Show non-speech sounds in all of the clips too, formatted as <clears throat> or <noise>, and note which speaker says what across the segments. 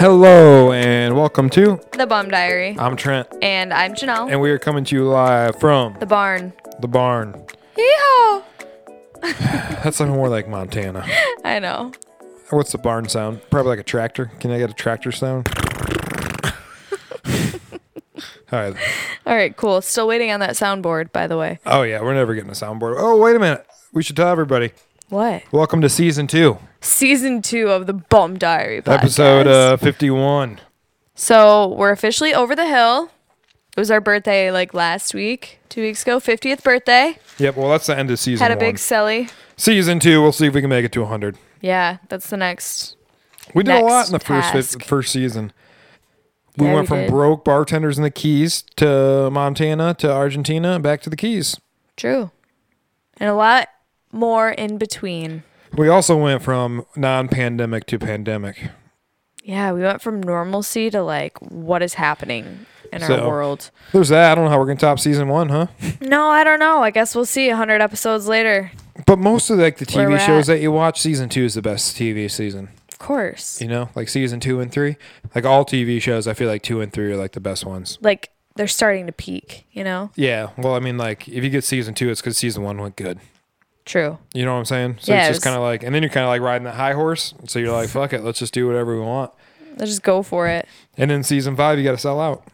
Speaker 1: Hello and welcome to
Speaker 2: The Bum Diary.
Speaker 1: I'm Trent
Speaker 2: And I'm Janelle.
Speaker 1: Uh, and we are coming to you live from
Speaker 2: the barn.
Speaker 1: the barn.
Speaker 2: Yeehaw!
Speaker 1: That sounded more like Montana.
Speaker 2: I know.
Speaker 1: What's the barn sound? Probably like a tractor. Can I get a tractor sound? <laughs> All right.
Speaker 2: All right, cool. Still waiting on that soundboard, by the way.
Speaker 1: Oh yeah, we're never getting a soundboard. Oh wait a minute. We should tell everybody.
Speaker 2: What?
Speaker 1: Welcome to season two,
Speaker 2: Season two of The Bum Diary podcast.
Speaker 1: episode uh, 51.
Speaker 2: So we're officially over the hill. It was our birthday like last week, two weeks ago, 50th birthday.
Speaker 1: Yep. Well, that's the end of season
Speaker 2: Had a
Speaker 1: one.
Speaker 2: big celly.
Speaker 1: season two. We'll see if we can make it to 100.
Speaker 2: Yeah, that's the next.
Speaker 1: We did a lot
Speaker 2: Next
Speaker 1: in the first fif-
Speaker 2: task.
Speaker 1: first season. We
Speaker 2: Yeah,
Speaker 1: went
Speaker 2: we
Speaker 1: from
Speaker 2: did.
Speaker 1: broke bartenders in the Keys to Montana to Argentina back to the Keys.
Speaker 2: True. And a lot more in between.
Speaker 1: We also went from non-pandemic to pandemic.
Speaker 2: Yeah, we went from normalcy to like what is happening in
Speaker 1: So-
Speaker 2: our world.
Speaker 1: There's that. I don't know how we're gonna top season one, huh?
Speaker 2: No, I don't know. I guess we'll see 100 episodes later.
Speaker 1: But most of like the
Speaker 2: Where
Speaker 1: TV
Speaker 2: we're
Speaker 1: shows
Speaker 2: at.
Speaker 1: that you watch, season two is the best TV season.
Speaker 2: Of course.
Speaker 1: You know, like season two and three, like all TV shows. I feel like two and three are like the best ones.
Speaker 2: Like they're starting to peak, you know?
Speaker 1: Yeah. Well, I mean, like if you get season two, it's because season one went good.
Speaker 2: True.
Speaker 1: You know what I'm saying? So
Speaker 2: Yeah,
Speaker 1: it's
Speaker 2: it
Speaker 1: just
Speaker 2: was-
Speaker 1: kind of like, and then you're kind of like riding the high horse. So you're like, fuck it, let's just do whatever we want.
Speaker 2: Let's just go for it.
Speaker 1: And then season five, you got to sell out.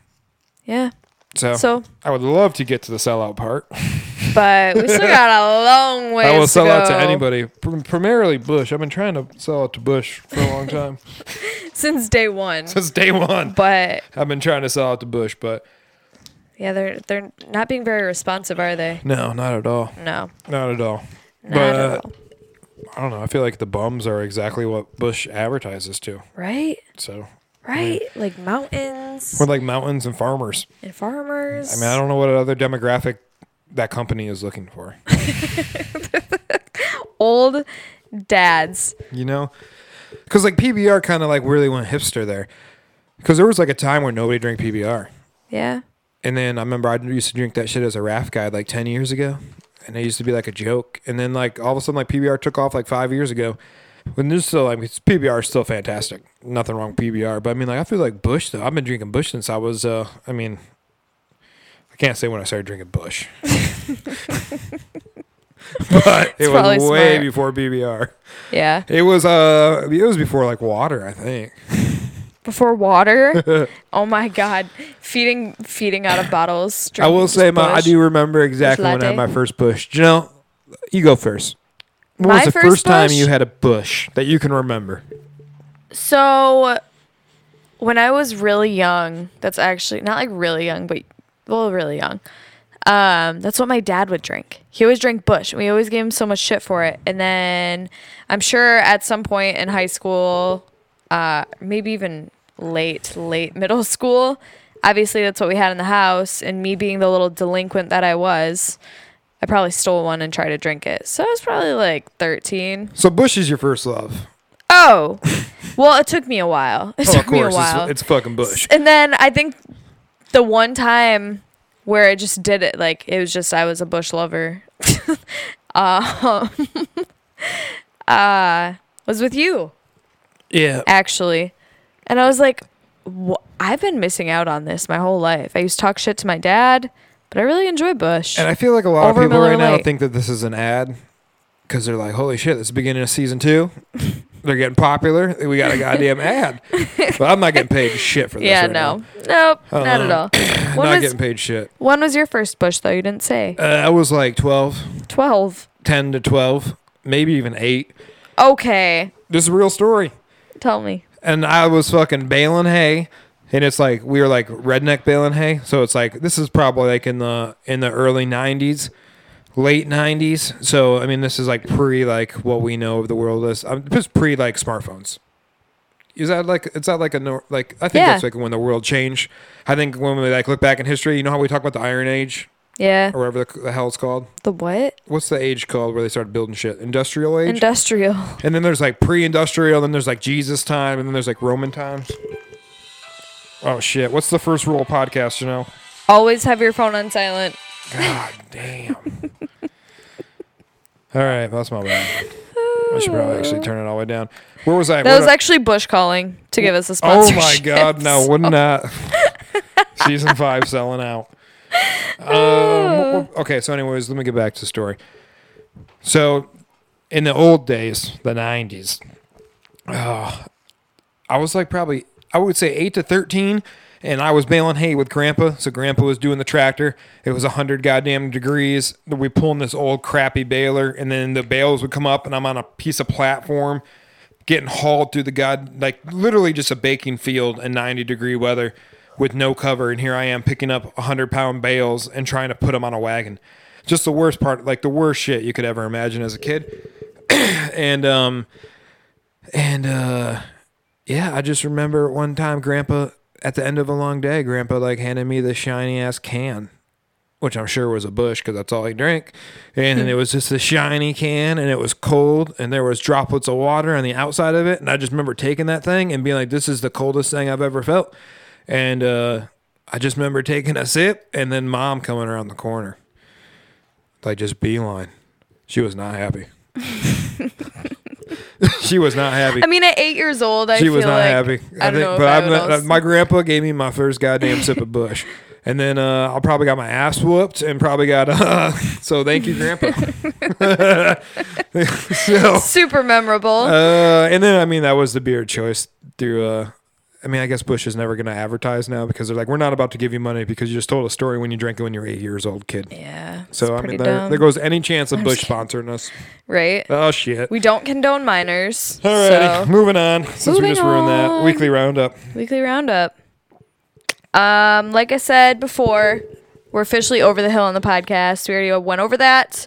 Speaker 2: Yeah.
Speaker 1: So,
Speaker 2: So,
Speaker 1: I would love to get to the sellout part.
Speaker 2: but
Speaker 1: <laughs>
Speaker 2: we still got a long way
Speaker 1: I will sell
Speaker 2: go.
Speaker 1: out to anybody, pr- primarily Bush. I've been trying to sell out to Bush for a long
Speaker 2: <laughs>
Speaker 1: time
Speaker 2: since day one.
Speaker 1: since day one.
Speaker 2: But
Speaker 1: I've been trying to sell out to Bush, but
Speaker 2: yeah, they're they're not being very responsive, are they?
Speaker 1: no, not at all,
Speaker 2: No.
Speaker 1: not at all.
Speaker 2: Not
Speaker 1: but
Speaker 2: at
Speaker 1: uh,
Speaker 2: all.
Speaker 1: I don't know. I feel like the bums are exactly what Bush advertises to.
Speaker 2: Right?
Speaker 1: So
Speaker 2: Right? Like mountains
Speaker 1: we're like mountains and farmers.
Speaker 2: and farmers.
Speaker 1: I mean, I don't know what other demographic that company is looking for.
Speaker 2: old dads.
Speaker 1: you know because like pbr kind of like really went hipster there because there was like a time where nobody drank pbr
Speaker 2: Yeah.
Speaker 1: and then i remember i used to drink that shit as a raft guide like 10 years ago and it used to be like a joke and then like all of a sudden like pbr took off like five years ago when this still like it's, pbr is still fantastic nothing wrong with pbr but i mean like i feel like bush though i've been drinking bush since i was uh i mean i can't say when i started drinking
Speaker 2: <laughs>
Speaker 1: bush <laughs> but it
Speaker 2: probably
Speaker 1: was way
Speaker 2: smart.
Speaker 1: before pbr
Speaker 2: Yeah.
Speaker 1: it was uh, it was before like water, I think. <laughs>
Speaker 2: before water. oh my god, feeding feeding out of bottles.
Speaker 1: I will
Speaker 2: drinking
Speaker 1: say my I
Speaker 2: Busch.
Speaker 1: do remember exactly when I had
Speaker 2: latte.
Speaker 1: my first bush. Janelle, you go first. When
Speaker 2: My
Speaker 1: was the
Speaker 2: first
Speaker 1: first, time
Speaker 2: bush?
Speaker 1: you had a bush that you can remember?
Speaker 2: So when I was really young, that's actually not like really young, but well, really young. Um, that's what my dad would drink. He always drank Bush. and We always gave him so much shit for it. And then I'm sure at some point in high school, uh, maybe even late, late middle <laughs> school, obviously that's what we had in the house. And me being the little delinquent that I was, I probably stole one and tried to drink it. So I was probably like 13.
Speaker 1: So bush is your first love.
Speaker 2: Oh, well, it took me a while. It
Speaker 1: Oh,
Speaker 2: took
Speaker 1: of course,
Speaker 2: me a while.
Speaker 1: it's, it's fucking bush.
Speaker 2: and then I think the one time where I just did it, like it was just I was a bush lover, <laughs> um, <laughs> uh, was with you
Speaker 1: Yeah,
Speaker 2: actually, and I was like, "Wha- I've been missing out on this my whole life. I used to talk shit to my dad, but I really enjoy bush.
Speaker 1: and I feel like a lot of
Speaker 2: Over
Speaker 1: people
Speaker 2: Miller
Speaker 1: right now
Speaker 2: Lite.
Speaker 1: think that this is an ad because they're like, "Holy shit, this is the beginning of season
Speaker 2: <laughs>
Speaker 1: two. they're getting popular. We got a goddamn ad." But I'm not getting paid shit for this.
Speaker 2: yeah,
Speaker 1: right
Speaker 2: no,
Speaker 1: now.
Speaker 2: nope,
Speaker 1: Uh-uh.
Speaker 2: not at all.
Speaker 1: I'm
Speaker 2: When
Speaker 1: not
Speaker 2: was-
Speaker 1: getting paid shit.
Speaker 2: When was your first bush though? You didn't say
Speaker 1: Uh, I was like 12.
Speaker 2: twelve.
Speaker 1: 10 to 12, maybe even 8.
Speaker 2: Okay,
Speaker 1: This is a real story.
Speaker 2: tell me.
Speaker 1: And I was fucking baling hay and it's like we were like redneck baling hay, so it's like this is probably like in the in the early 90s, late 90s. So I mean this is like pre like what we know of the world is. Um, this is pre like smartphones. Is that like it's that like a nor- like I think
Speaker 2: Yeah.
Speaker 1: that's like when the world changed. I think when we like look back in history, you know how we talk about the Iron Age
Speaker 2: Yeah.
Speaker 1: or whatever the, the hell it's called.
Speaker 2: The what?
Speaker 1: What's the age called where they started building shit? Industrial age.
Speaker 2: Industrial.
Speaker 1: And then there's like pre-industrial, and then there's like Jesus time, and then there's like Roman times. Oh shit! What's the first rule of podcast? You know?
Speaker 2: <laughs> Always have your phone on silent.
Speaker 1: <laughs> God damn. All right, that's my bad. I should probably actually turn it all the way down. Where was I?
Speaker 2: That
Speaker 1: Where
Speaker 2: was
Speaker 1: did I-
Speaker 2: actually Bush calling to give us a
Speaker 1: Oh
Speaker 2: sponsorship.
Speaker 1: my God!
Speaker 2: <laughs>
Speaker 1: No, wouldn't that <laughs> season five selling out? Um, okay, so anyways, let me get back to the story. So, in the old days, the '90s, oh, I was like probably I would say eight to thirteen, and I was baling hay with Grandpa. So Grandpa was doing the tractor. It was hundred goddamn degrees. We pulling this old crappy baler, and then the bales would come up, and I'm on a piece of platform getting hauled through the god like literally just a baking field in 90 degree weather with no cover and here i am picking up 100 pound bales and trying to put them on a wagon just the worst part like the worst shit you could ever imagine as a kid <clears throat> and um and uh yeah i just remember one time grandpa at the end of a long day grandpa like handed me this shiny ass can which I'm sure was a bush because that's all he drank. And then it was just a shiny can and it was cold and there was droplets of water on the outside of it. And I just remember taking that thing and being like, this is the coldest thing I've ever felt. And uh, I just remember taking a sip and then mom coming around the corner. Like just beeline. She was not happy. <laughs> she was not happy
Speaker 2: I mean, at eight years old, I
Speaker 1: she
Speaker 2: feel
Speaker 1: was not
Speaker 2: like,
Speaker 1: happy.
Speaker 2: I, don't know if
Speaker 1: but
Speaker 2: I
Speaker 1: I'm
Speaker 2: would
Speaker 1: not-
Speaker 2: also-
Speaker 1: my grandpa gave me my first goddamn sip of Bush, and then uh, I probably got my ass whooped and probably got uh, <laughs> so. Thank you, grandpa. <laughs> so
Speaker 2: super memorable.
Speaker 1: uh, and then I mean that was the beer choice through. Uh, I mean I guess Bush is never going to advertise now because they're like we're not about to give you money because you just told a story when you drank it when you were eight years old, kid.
Speaker 2: yeah.
Speaker 1: So I mean there, there goes any chance of Bush sponsoring us.
Speaker 2: right.
Speaker 1: Oh shit.
Speaker 2: We don't condone minors.
Speaker 1: Alrighty,
Speaker 2: So
Speaker 1: moving on. Since we
Speaker 2: Moving
Speaker 1: just ruined that
Speaker 2: on.
Speaker 1: weekly roundup.
Speaker 2: weekly roundup. Um, like I said before, we're officially over the hill on the podcast. We already went over that.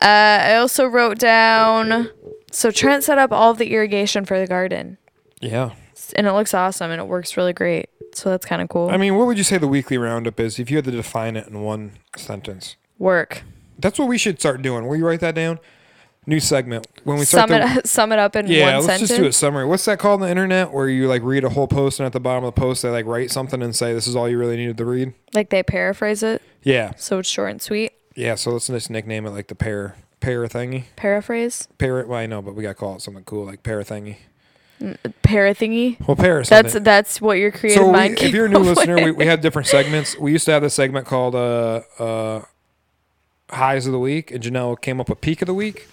Speaker 2: Uh, I also wrote down. So Trent set up all the irrigation for the garden,
Speaker 1: Yeah.
Speaker 2: and it looks awesome, and it works really great. So that's kind of cool.
Speaker 1: I mean, what would you say the weekly roundup is if you had to define it in one sentence?
Speaker 2: Work.
Speaker 1: That's what we should start doing. Will you write that down? New segment. When we start
Speaker 2: Sum it,
Speaker 1: the,
Speaker 2: sum it up <laughs> in
Speaker 1: yeah,
Speaker 2: one
Speaker 1: let's
Speaker 2: sentence.
Speaker 1: just do a summary. What's that called on the internet where you like read a whole post and at the bottom of the post they like write something and say this is all you really needed to read?
Speaker 2: Like they paraphrase it,
Speaker 1: Yeah,
Speaker 2: so it's short and sweet.
Speaker 1: yeah. So let's just nickname it like the pair pair thingy.
Speaker 2: Paraphrase.
Speaker 1: Pair. Well, I know, but we gotta call it something cool like pair thingy.
Speaker 2: Para thingy.
Speaker 1: Well, pair.
Speaker 2: That's that's what your creative
Speaker 1: so we,
Speaker 2: mind.
Speaker 1: if
Speaker 2: came
Speaker 1: you're a new
Speaker 2: up <laughs> with.
Speaker 1: listener we, we have different segments we used to have this segment called uh uh highs of the week and janelle came up with peak of the week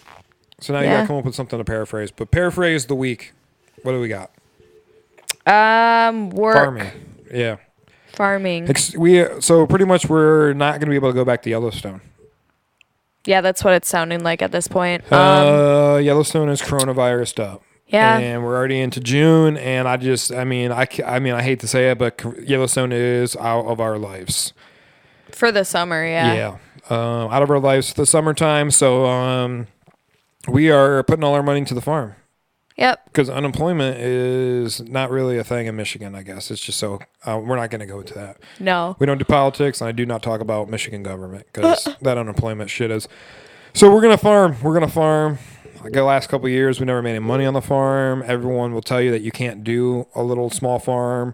Speaker 1: so now you
Speaker 2: Yeah.
Speaker 1: gotta come up with something to paraphrase but paraphrase the week what do we got
Speaker 2: um, work,
Speaker 1: farming yeah
Speaker 2: farming.
Speaker 1: Ex- we uh, so pretty much we're not gonna be able to go back to yellowstone
Speaker 2: Yeah, that's what it's sounding like at this point. Um,
Speaker 1: uh yellowstone is coronavirus up
Speaker 2: yeah,
Speaker 1: and we're already into June, and I just, I mean, I, ca- I mean, I hate to say it, but c- Yellowstone is out of our lives.
Speaker 2: for the summer. Yeah.
Speaker 1: yeah um, out of our lives for the summertime so um, we are putting all our money to the farm
Speaker 2: Yep.
Speaker 1: because unemployment is not really a thing in michigan i guess it's just so uh, we're not going to go into that
Speaker 2: No.
Speaker 1: we don't do politics and i do not talk about michigan government because that unemployment shit is so we're going to farm we're going to farm like the last couple of years we never made any money on the farm everyone will tell you that you can't do a little small farm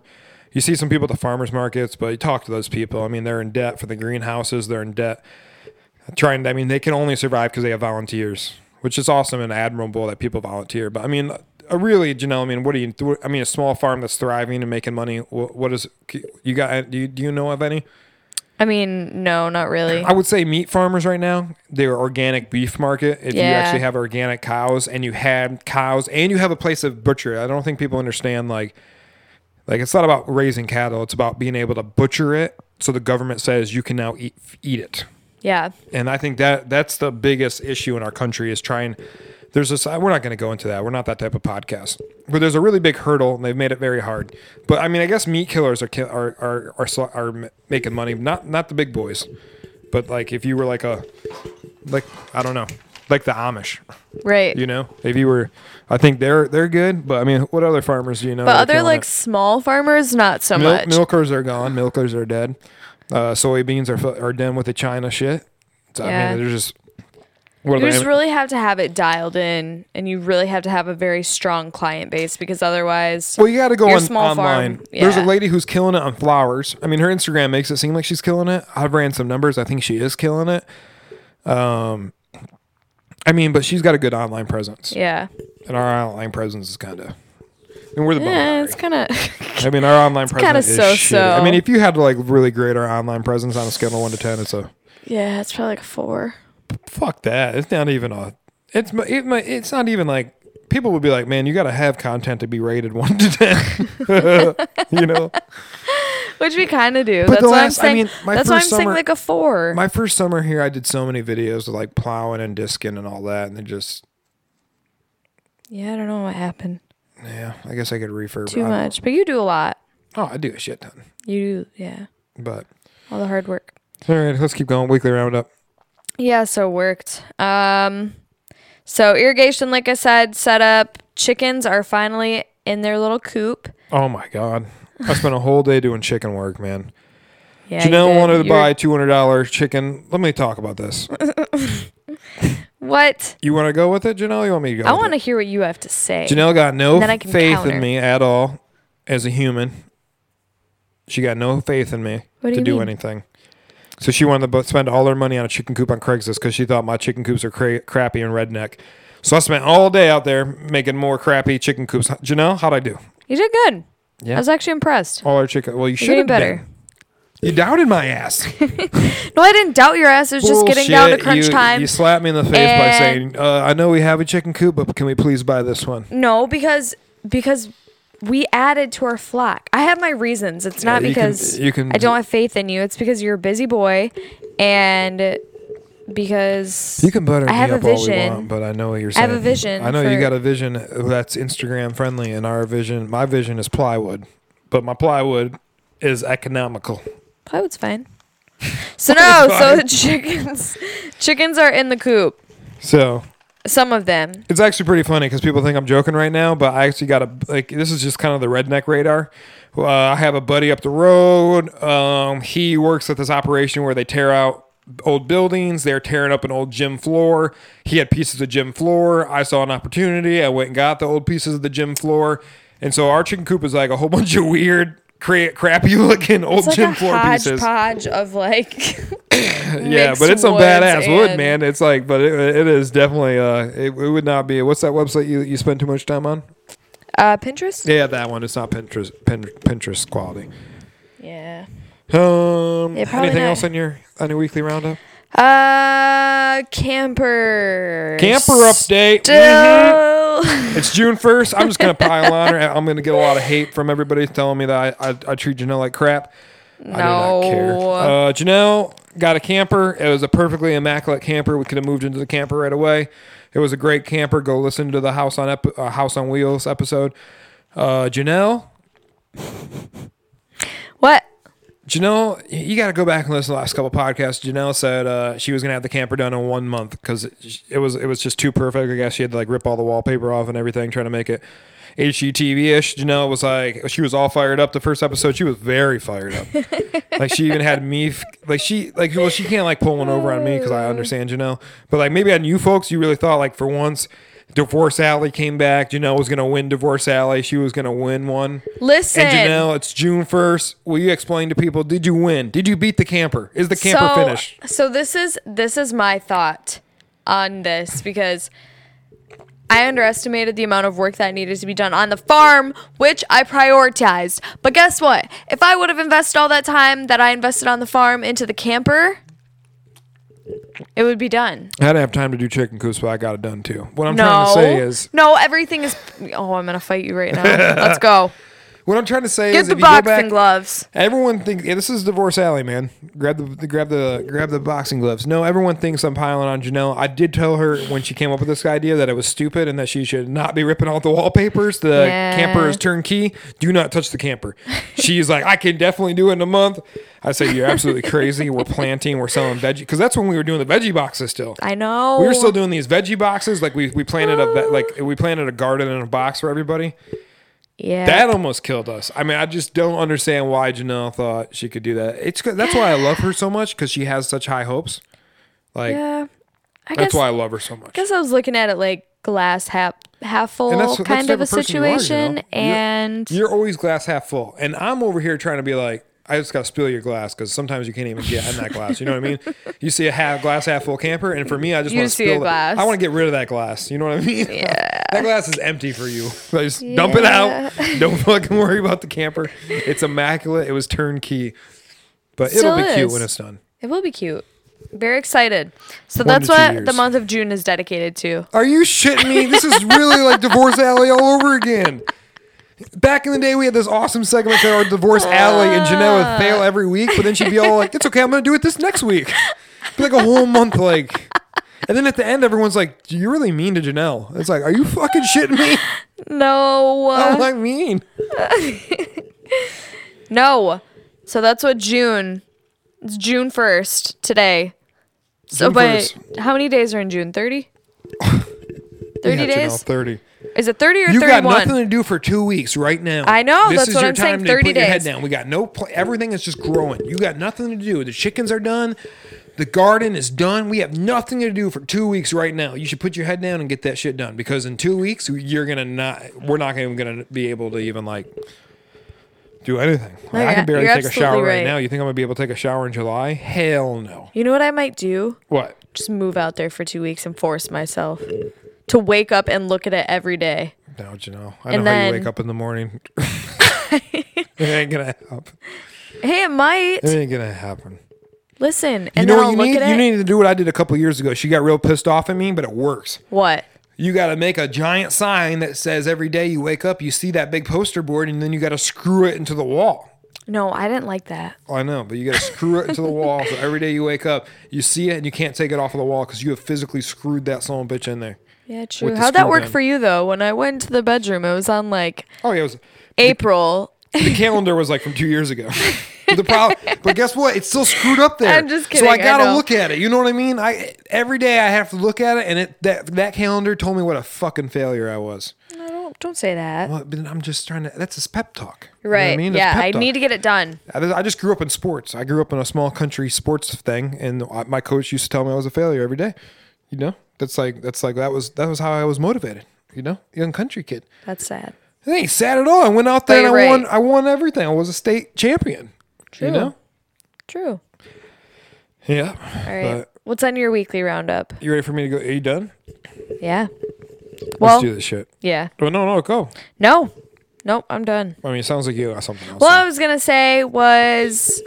Speaker 1: you see some people at the farmers markets but you talk to those people i mean they're in debt for the greenhouses they're in debt trying. I mean, they can only survive because they have volunteers, which is awesome and admirable that people volunteer. But I mean, uh, really, Janelle. I mean, what do you? I mean, a small farm that's thriving and making money. wh- What is you got? Do you, do you know of any?
Speaker 2: I mean, no, not really.
Speaker 1: I would say meat farmers right now. They're organic beef market. If you
Speaker 2: Yeah.
Speaker 1: actually have organic cows and you had cows and you have a place of butcher, I don't think people understand like like it's not about raising cattle. It's about being able to butcher it. So the government says you can now eat eat it
Speaker 2: Yeah.
Speaker 1: and I think that that's the biggest issue in our country is trying. There's this. We're not going to go into that. We're not that type of podcast. But there's a really big hurdle, and they've made it very hard. But I mean, I guess meat killers are ki- are are are, sl- are m- making money. Not not the big boys, but like if you were like a like I don't know, like the Amish.
Speaker 2: Right.
Speaker 1: You know, if you were, I think they're they're good. But I mean, what other farmers do you know?
Speaker 2: but
Speaker 1: that are
Speaker 2: other
Speaker 1: killing
Speaker 2: like
Speaker 1: it?
Speaker 2: small farmers, not so
Speaker 1: Milk,
Speaker 2: much.
Speaker 1: milkers are gone. Milkers are dead. Uh, soybeans are fu- are done with the China shit. So, I
Speaker 2: Yeah.
Speaker 1: mean, they're just. What
Speaker 2: You
Speaker 1: are
Speaker 2: just
Speaker 1: they?
Speaker 2: really have to have it dialed in, and you really have to have a very strong client base because otherwise,
Speaker 1: well, you got to go
Speaker 2: your
Speaker 1: on
Speaker 2: small farm,
Speaker 1: online. There's a
Speaker 2: yeah.
Speaker 1: lady who's killing it on flowers. I mean, her Instagram makes it seem like she's killing it. I've ran some numbers. I think she is killing it. Um, I mean, but she's got a good online presence,
Speaker 2: Yeah.
Speaker 1: and our online presence is kind of. I mean, we're the bum
Speaker 2: Yeah,
Speaker 1: lottery.
Speaker 2: Eh, it's kind of.
Speaker 1: I mean, our online
Speaker 2: kinda
Speaker 1: presence is
Speaker 2: so-so.
Speaker 1: shitty. I mean, if you had to like really grade our online presence on a scale of one to ten, it's a
Speaker 2: <laughs> yeah, it's probably like a four.
Speaker 1: fuck that. It's not even a. It's mu- it, mu- it's not even like people would be like, man, you got to have content to be rated one to ten. <laughs> you know,
Speaker 2: Which we kind of do.
Speaker 1: But
Speaker 2: that's
Speaker 1: the
Speaker 2: why I'm
Speaker 1: last- I
Speaker 2: saying.
Speaker 1: mean, my
Speaker 2: that's why I'm
Speaker 1: first
Speaker 2: saying
Speaker 1: summer-
Speaker 2: like a four.
Speaker 1: my first summer here, I did so many videos of like plowing and disking and all that, and they just
Speaker 2: yeah, I don't know what happened.
Speaker 1: yeah. I guess I could refurb
Speaker 2: Too
Speaker 1: I-
Speaker 2: much, but you do a lot.
Speaker 1: Oh, I do a shit ton,
Speaker 2: You do, yeah,
Speaker 1: but
Speaker 2: all the hard work.
Speaker 1: all right, let's keep going. Weekly roundup.
Speaker 2: Yeah, so it worked. Um, so irrigation, like I said, set up. Chickens are finally in their little coop.
Speaker 1: Oh my god, I spent a whole day doing chicken work, man.
Speaker 2: Yeah, you
Speaker 1: Janelle
Speaker 2: did.
Speaker 1: wanted to
Speaker 2: You were-
Speaker 1: buy two hundred dollar chicken. Let me talk about this.
Speaker 2: what?
Speaker 1: You want to go with it, Janelle? You want me to go?
Speaker 2: I
Speaker 1: with
Speaker 2: want to
Speaker 1: it?
Speaker 2: hear what you have to say.
Speaker 1: Janelle got no
Speaker 2: Then I can
Speaker 1: faith
Speaker 2: counter.
Speaker 1: in me at all as a human. She got no faith in me
Speaker 2: What do
Speaker 1: to
Speaker 2: you
Speaker 1: do
Speaker 2: mean?
Speaker 1: anything. So she wanted to bo- spend all her money on a chicken coop on Craigslist because she thought my chicken coops are cra- crappy and redneck. So I spent all day out there making more crappy chicken coops. Janelle, how'd I do?
Speaker 2: you did good.
Speaker 1: Yeah.
Speaker 2: I was actually impressed.
Speaker 1: All our chicken. Well, you should
Speaker 2: getting
Speaker 1: have
Speaker 2: better.
Speaker 1: better. You doubted my ass.
Speaker 2: No, I didn't doubt your ass. It was <laughs> just getting down to
Speaker 1: Bullshit.
Speaker 2: crunch
Speaker 1: you,
Speaker 2: time.
Speaker 1: You slapped me in the face by
Speaker 2: And-
Speaker 1: saying, uh, "I know we have a chicken coop, but can we please buy this one?"
Speaker 2: No, because because we added to our flock. I have my reasons. It's not
Speaker 1: Yeah, you can-
Speaker 2: because
Speaker 1: you can-
Speaker 2: I don't have faith in you. It's because you're a busy boy, and because
Speaker 1: You can butter
Speaker 2: I
Speaker 1: me
Speaker 2: have a
Speaker 1: up all we
Speaker 2: vision.
Speaker 1: want, but I know what you're
Speaker 2: I
Speaker 1: saying.
Speaker 2: have a vision
Speaker 1: I know you
Speaker 2: for-
Speaker 1: got a vision that's Instagram friendly, and our vision, my vision is plywood, but my plywood is economical. <laughs>
Speaker 2: plywood's fine. So no, so
Speaker 1: fine.
Speaker 2: <laughs> chickens chickens are in the coop.
Speaker 1: So
Speaker 2: Some of them.
Speaker 1: It's actually pretty funny because people think I'm joking right now, but I actually got a like. This is just kind of the redneck radar. Uh, I have a buddy up the road. Um, he works at this operation where they tear out old buildings. They're tearing up an old gym floor. He had pieces of gym floor. I saw an opportunity. I went and got the old pieces of the gym floor. And so our chicken coop is like a whole <laughs> bunch of weird, cra- crappy looking old
Speaker 2: It's like
Speaker 1: gym
Speaker 2: a
Speaker 1: floor pieces.
Speaker 2: hodgepodge of like
Speaker 1: Yeah,
Speaker 2: mixed
Speaker 1: but it's some
Speaker 2: woods
Speaker 1: badass wood,
Speaker 2: and-
Speaker 1: man. It's like, but it, it is definitely. Uh, it, it would not be. What's that website you, you spend too much time on?
Speaker 2: <laughs> uh, Pinterest.
Speaker 1: Yeah, that one. It's not Pinterest. Pin, Pinterest quality.
Speaker 2: Yeah.
Speaker 1: Um,
Speaker 2: Yeah, probably
Speaker 1: anything
Speaker 2: not.
Speaker 1: else on your on your weekly roundup?
Speaker 2: Uh, camper.
Speaker 1: Camper update. Mhm.
Speaker 2: Still.
Speaker 1: It's June first. I'm just gonna pile on her. I'm gonna get a lot of hate from everybody telling me that I I, I treat Janelle like crap. I do not care.
Speaker 2: No.
Speaker 1: Uh, Janelle got a camper. It was a perfectly immaculate camper. We could have moved into the camper right away. It was a great camper. Go listen to the House on Ep- uh, House on Wheels episode. Uh, Janelle,
Speaker 2: What?
Speaker 1: Janelle, y- you got to go back and listen to the last couple podcasts. Janelle said uh, she was gonna have the camper done in one month because it, it was it was just too perfect. I guess she had to like rip all the wallpaper off and everything, trying to make it HGTV ish. Janelle was like, she was all fired up. The first episode, she was very fired up. like she even had me, f- like she like well, she can't like pull one over on me because I understand Janelle, but like maybe on you folks, you really thought like for once. Divorce Alley came back. Janelle was going to win Divorce Alley. She was going to win one.
Speaker 2: Listen.
Speaker 1: And Janelle, it's June first. Will you explain to people? Did you win? Did you beat the camper? Is the camper
Speaker 2: so,
Speaker 1: finished?
Speaker 2: So this is this is my thought on this because I underestimated the amount of work that needed to be done on the farm, which I prioritized. But guess what? If I would have invested all that time that I invested on the farm into the camper, it would be done.
Speaker 1: I didn't have time to do chicken coops, but I got it done too. What I'm trying to
Speaker 2: No.
Speaker 1: say is,
Speaker 2: no, everything is Oh, I'm going to fight you
Speaker 1: <laughs>
Speaker 2: right now. Let's go.
Speaker 1: what I'm trying to say
Speaker 2: Get
Speaker 1: is,
Speaker 2: the
Speaker 1: if you go
Speaker 2: boxing
Speaker 1: back,
Speaker 2: gloves.
Speaker 1: everyone thinks yeah, this is divorce alley, man. Grab the grab the grab the boxing gloves. No, everyone thinks I'm piling on Janelle. I did tell her when she came up with this idea that it was stupid and that she should not be ripping off the wallpapers. The
Speaker 2: Yeah.
Speaker 1: camper is turnkey. Do not touch the camper. She's like, I can definitely do it in a month. I say you're absolutely crazy. We're planting. We're selling veggie because that's when we were doing the veggie boxes still.
Speaker 2: I know.
Speaker 1: We were still doing these veggie boxes. Like we we planted a ve- like we planted a garden and a box for everybody.
Speaker 2: Yeah.
Speaker 1: That almost killed us. I mean, I just don't understand why Janelle thought she could do that. It's that's why I love her so much because she has such high hopes. Like
Speaker 2: yeah. I
Speaker 1: that's
Speaker 2: guess
Speaker 1: why I love her so much.
Speaker 2: guess I was looking at it like glass half half full
Speaker 1: that's- that's
Speaker 2: kind
Speaker 1: the
Speaker 2: of a
Speaker 1: type of person you are, you know?
Speaker 2: situation,
Speaker 1: You're-
Speaker 2: and
Speaker 1: You're always glass half full, and I'm over here trying to be like, I just got to spill your glass because sometimes you can't even get in that glass. You know what I
Speaker 2: <laughs>
Speaker 1: mean? You see a half glass half full camper, and for me, I just
Speaker 2: You
Speaker 1: want to
Speaker 2: see a
Speaker 1: spill it.
Speaker 2: glass.
Speaker 1: I want to get rid of that glass. You know what I mean? <laughs>
Speaker 2: Yeah.
Speaker 1: that glass is empty for you. <laughs> Just dump it out. <laughs> Don't fucking worry about the camper. It's immaculate. It was turnkey, but it'll
Speaker 2: Still
Speaker 1: be cute
Speaker 2: is.
Speaker 1: when it's done.
Speaker 2: It will be cute. Very excited. So
Speaker 1: One
Speaker 2: that's
Speaker 1: to two
Speaker 2: what
Speaker 1: years.
Speaker 2: the month of June is dedicated to.
Speaker 1: Are you shitting me? This is really like Divorce Alley all over again. Back in the day, we had this awesome segment called our Divorce Alley, and Janelle would fail every week, but then she'd be all like, "It's okay, I'm gonna do it this next week." It'd be like a whole month, like. And then at the end, everyone's like, "You are really mean to Janelle?" It's like, "Are you fucking shitting me?
Speaker 2: No.
Speaker 1: How am I mean?"
Speaker 2: No. So that's what June. It's June first today. So
Speaker 1: June
Speaker 2: but
Speaker 1: 1st.
Speaker 2: how many days are in
Speaker 1: <laughs>
Speaker 2: June? Thirty. Thirty
Speaker 1: Yeah,
Speaker 2: days.
Speaker 1: Janelle, Thirty.
Speaker 2: Is it thirty or
Speaker 1: You got nothing
Speaker 2: thirty-one?
Speaker 1: to do for two weeks right now.
Speaker 2: I know,
Speaker 1: This
Speaker 2: that's
Speaker 1: is
Speaker 2: what
Speaker 1: your
Speaker 2: I'm saying,
Speaker 1: time to
Speaker 2: 30
Speaker 1: put Your head
Speaker 2: days.
Speaker 1: down. We got no. Pl- everything is just growing. You got nothing to do. The chickens are done. The garden is done. We have nothing to do for two weeks right now. You should put your head down and get that shit done because in two weeks you're gonna not. We're not even gonna be able to even like do anything. Like,
Speaker 2: No,
Speaker 1: I
Speaker 2: you're-
Speaker 1: can barely
Speaker 2: you're
Speaker 1: take a shower
Speaker 2: absolutely
Speaker 1: right.
Speaker 2: right.
Speaker 1: now. You think I'm gonna be able to take a shower in July? Hell no.
Speaker 2: You know what I might do?
Speaker 1: What?
Speaker 2: Just move out there for two weeks and force myself to wake up and look at it every day.
Speaker 1: No, Janelle. I know
Speaker 2: And
Speaker 1: how you
Speaker 2: then-
Speaker 1: wake up in the
Speaker 2: <laughs>
Speaker 1: morning. <laughs> it ain't gonna happen.
Speaker 2: Hey, it might.
Speaker 1: It ain't gonna happen.
Speaker 2: Listen, and
Speaker 1: You
Speaker 2: then
Speaker 1: know
Speaker 2: I'll
Speaker 1: what you
Speaker 2: look
Speaker 1: need?
Speaker 2: at
Speaker 1: You
Speaker 2: it.
Speaker 1: need to do what I did a couple years ago. She got real pissed off at me, but it works.
Speaker 2: what?
Speaker 1: You got to make a giant sign that says every day you wake up, you see that big poster board, and then you got to screw it into the wall.
Speaker 2: No, I didn't like that.
Speaker 1: Oh, I know, but you got to screw it into the wall. So every day you wake up, you see it, and you can't take it off of the wall because you have physically screwed that son of a bitch in there.
Speaker 2: Yeah, true.
Speaker 1: With the
Speaker 2: How'd that
Speaker 1: screw
Speaker 2: work
Speaker 1: gun.
Speaker 2: for you though? When I went to the bedroom, it was on like
Speaker 1: Oh, yeah, it was.
Speaker 2: April.
Speaker 1: The calendar was like from two years ago. But the problem, but guess what? It's still screwed up there.
Speaker 2: I'm just
Speaker 1: So I
Speaker 2: kidding, I
Speaker 1: gotta
Speaker 2: know.
Speaker 1: look at it. You know what I mean? I every day I have to look at it, and it that that calendar told me what a fucking failure I was.
Speaker 2: No, <laughs> don't don't say that.
Speaker 1: Well, but I'm just trying to. That's a pep talk. You know what
Speaker 2: Right. yeah, I need to
Speaker 1: mean?
Speaker 2: get it done.
Speaker 1: That's pep talk. I I just grew up in sports. I grew up in a small country sports thing, and I- my coach used to tell me I was a failure every day. You know, that's like that's like that was that was how I was motivated. You know, young country kid.
Speaker 2: That's sad.
Speaker 1: It ain't sad at all. I went out there and I
Speaker 2: But you're
Speaker 1: won.
Speaker 2: right.
Speaker 1: I won everything. I was a state champion.
Speaker 2: True.
Speaker 1: You know.
Speaker 2: True.
Speaker 1: Yeah.
Speaker 2: All right. What's on your weekly roundup?
Speaker 1: you ready for me to go? Are you done?
Speaker 2: Yeah. Well,
Speaker 1: Let's do this shit.
Speaker 2: yeah.
Speaker 1: Oh, no, no, go.
Speaker 2: No. Nope, I'm done.
Speaker 1: I mean, it sounds like you got something else.
Speaker 2: Well, I was going to say was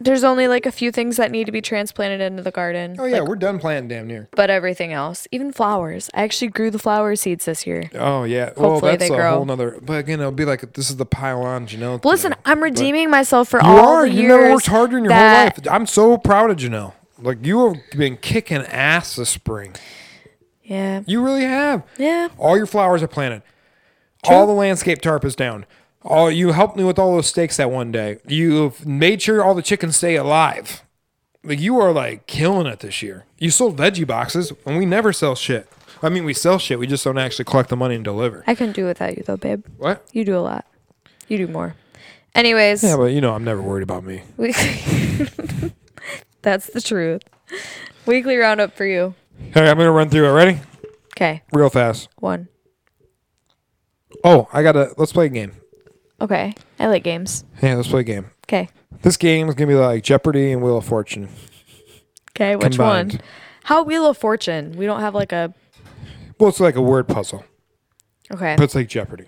Speaker 2: there's only like a few things that need to be transplanted into the garden.
Speaker 1: oh yeah,
Speaker 2: like,
Speaker 1: we're done planting damn near.
Speaker 2: but everything else, even flowers. I actually grew the flower seeds this year.
Speaker 1: Oh yeah. well,
Speaker 2: Hopefully
Speaker 1: that's
Speaker 2: they
Speaker 1: a
Speaker 2: grow.
Speaker 1: whole nother. But you know, it'd be like this is the pile on, Janelle.
Speaker 2: But listen,
Speaker 1: today.
Speaker 2: I'm redeeming myself for
Speaker 1: you
Speaker 2: all
Speaker 1: are.
Speaker 2: the years
Speaker 1: You never worked harder in your whole
Speaker 2: that-
Speaker 1: life. I'm so proud of Janelle. Like you have been kicking ass this spring.
Speaker 2: Yeah.
Speaker 1: You really have.
Speaker 2: Yeah.
Speaker 1: All your flowers are planted. All the landscape tarp is down. All you helped me with all those steaks that one day. You've made sure all the chickens stay alive. Like you are like killing it this year. You sold veggie boxes, and we never sell shit. I mean, we sell shit. We just don't actually collect the money and deliver.
Speaker 2: I couldn't do without you though, babe.
Speaker 1: What?
Speaker 2: You do a lot. You do more. Anyways,
Speaker 1: Yeah, but you know, I'm never worried about me.
Speaker 2: we- <laughs> that's the truth. Weekly roundup for you.
Speaker 1: Hey, I'm gonna run through it. Ready?
Speaker 2: Okay,
Speaker 1: Real fast.
Speaker 2: one.
Speaker 1: Oh, I gotta. Let's play a game.
Speaker 2: Okay, I like games.
Speaker 1: Yeah, let's play a game.
Speaker 2: Okay,
Speaker 1: This game is gonna be like Jeopardy and Wheel of Fortune.
Speaker 2: okay, which
Speaker 1: Combined.
Speaker 2: one? How Wheel of Fortune? We don't have like a
Speaker 1: Well, it's like a word puzzle,
Speaker 2: okay.
Speaker 1: but it's like Jeopardy.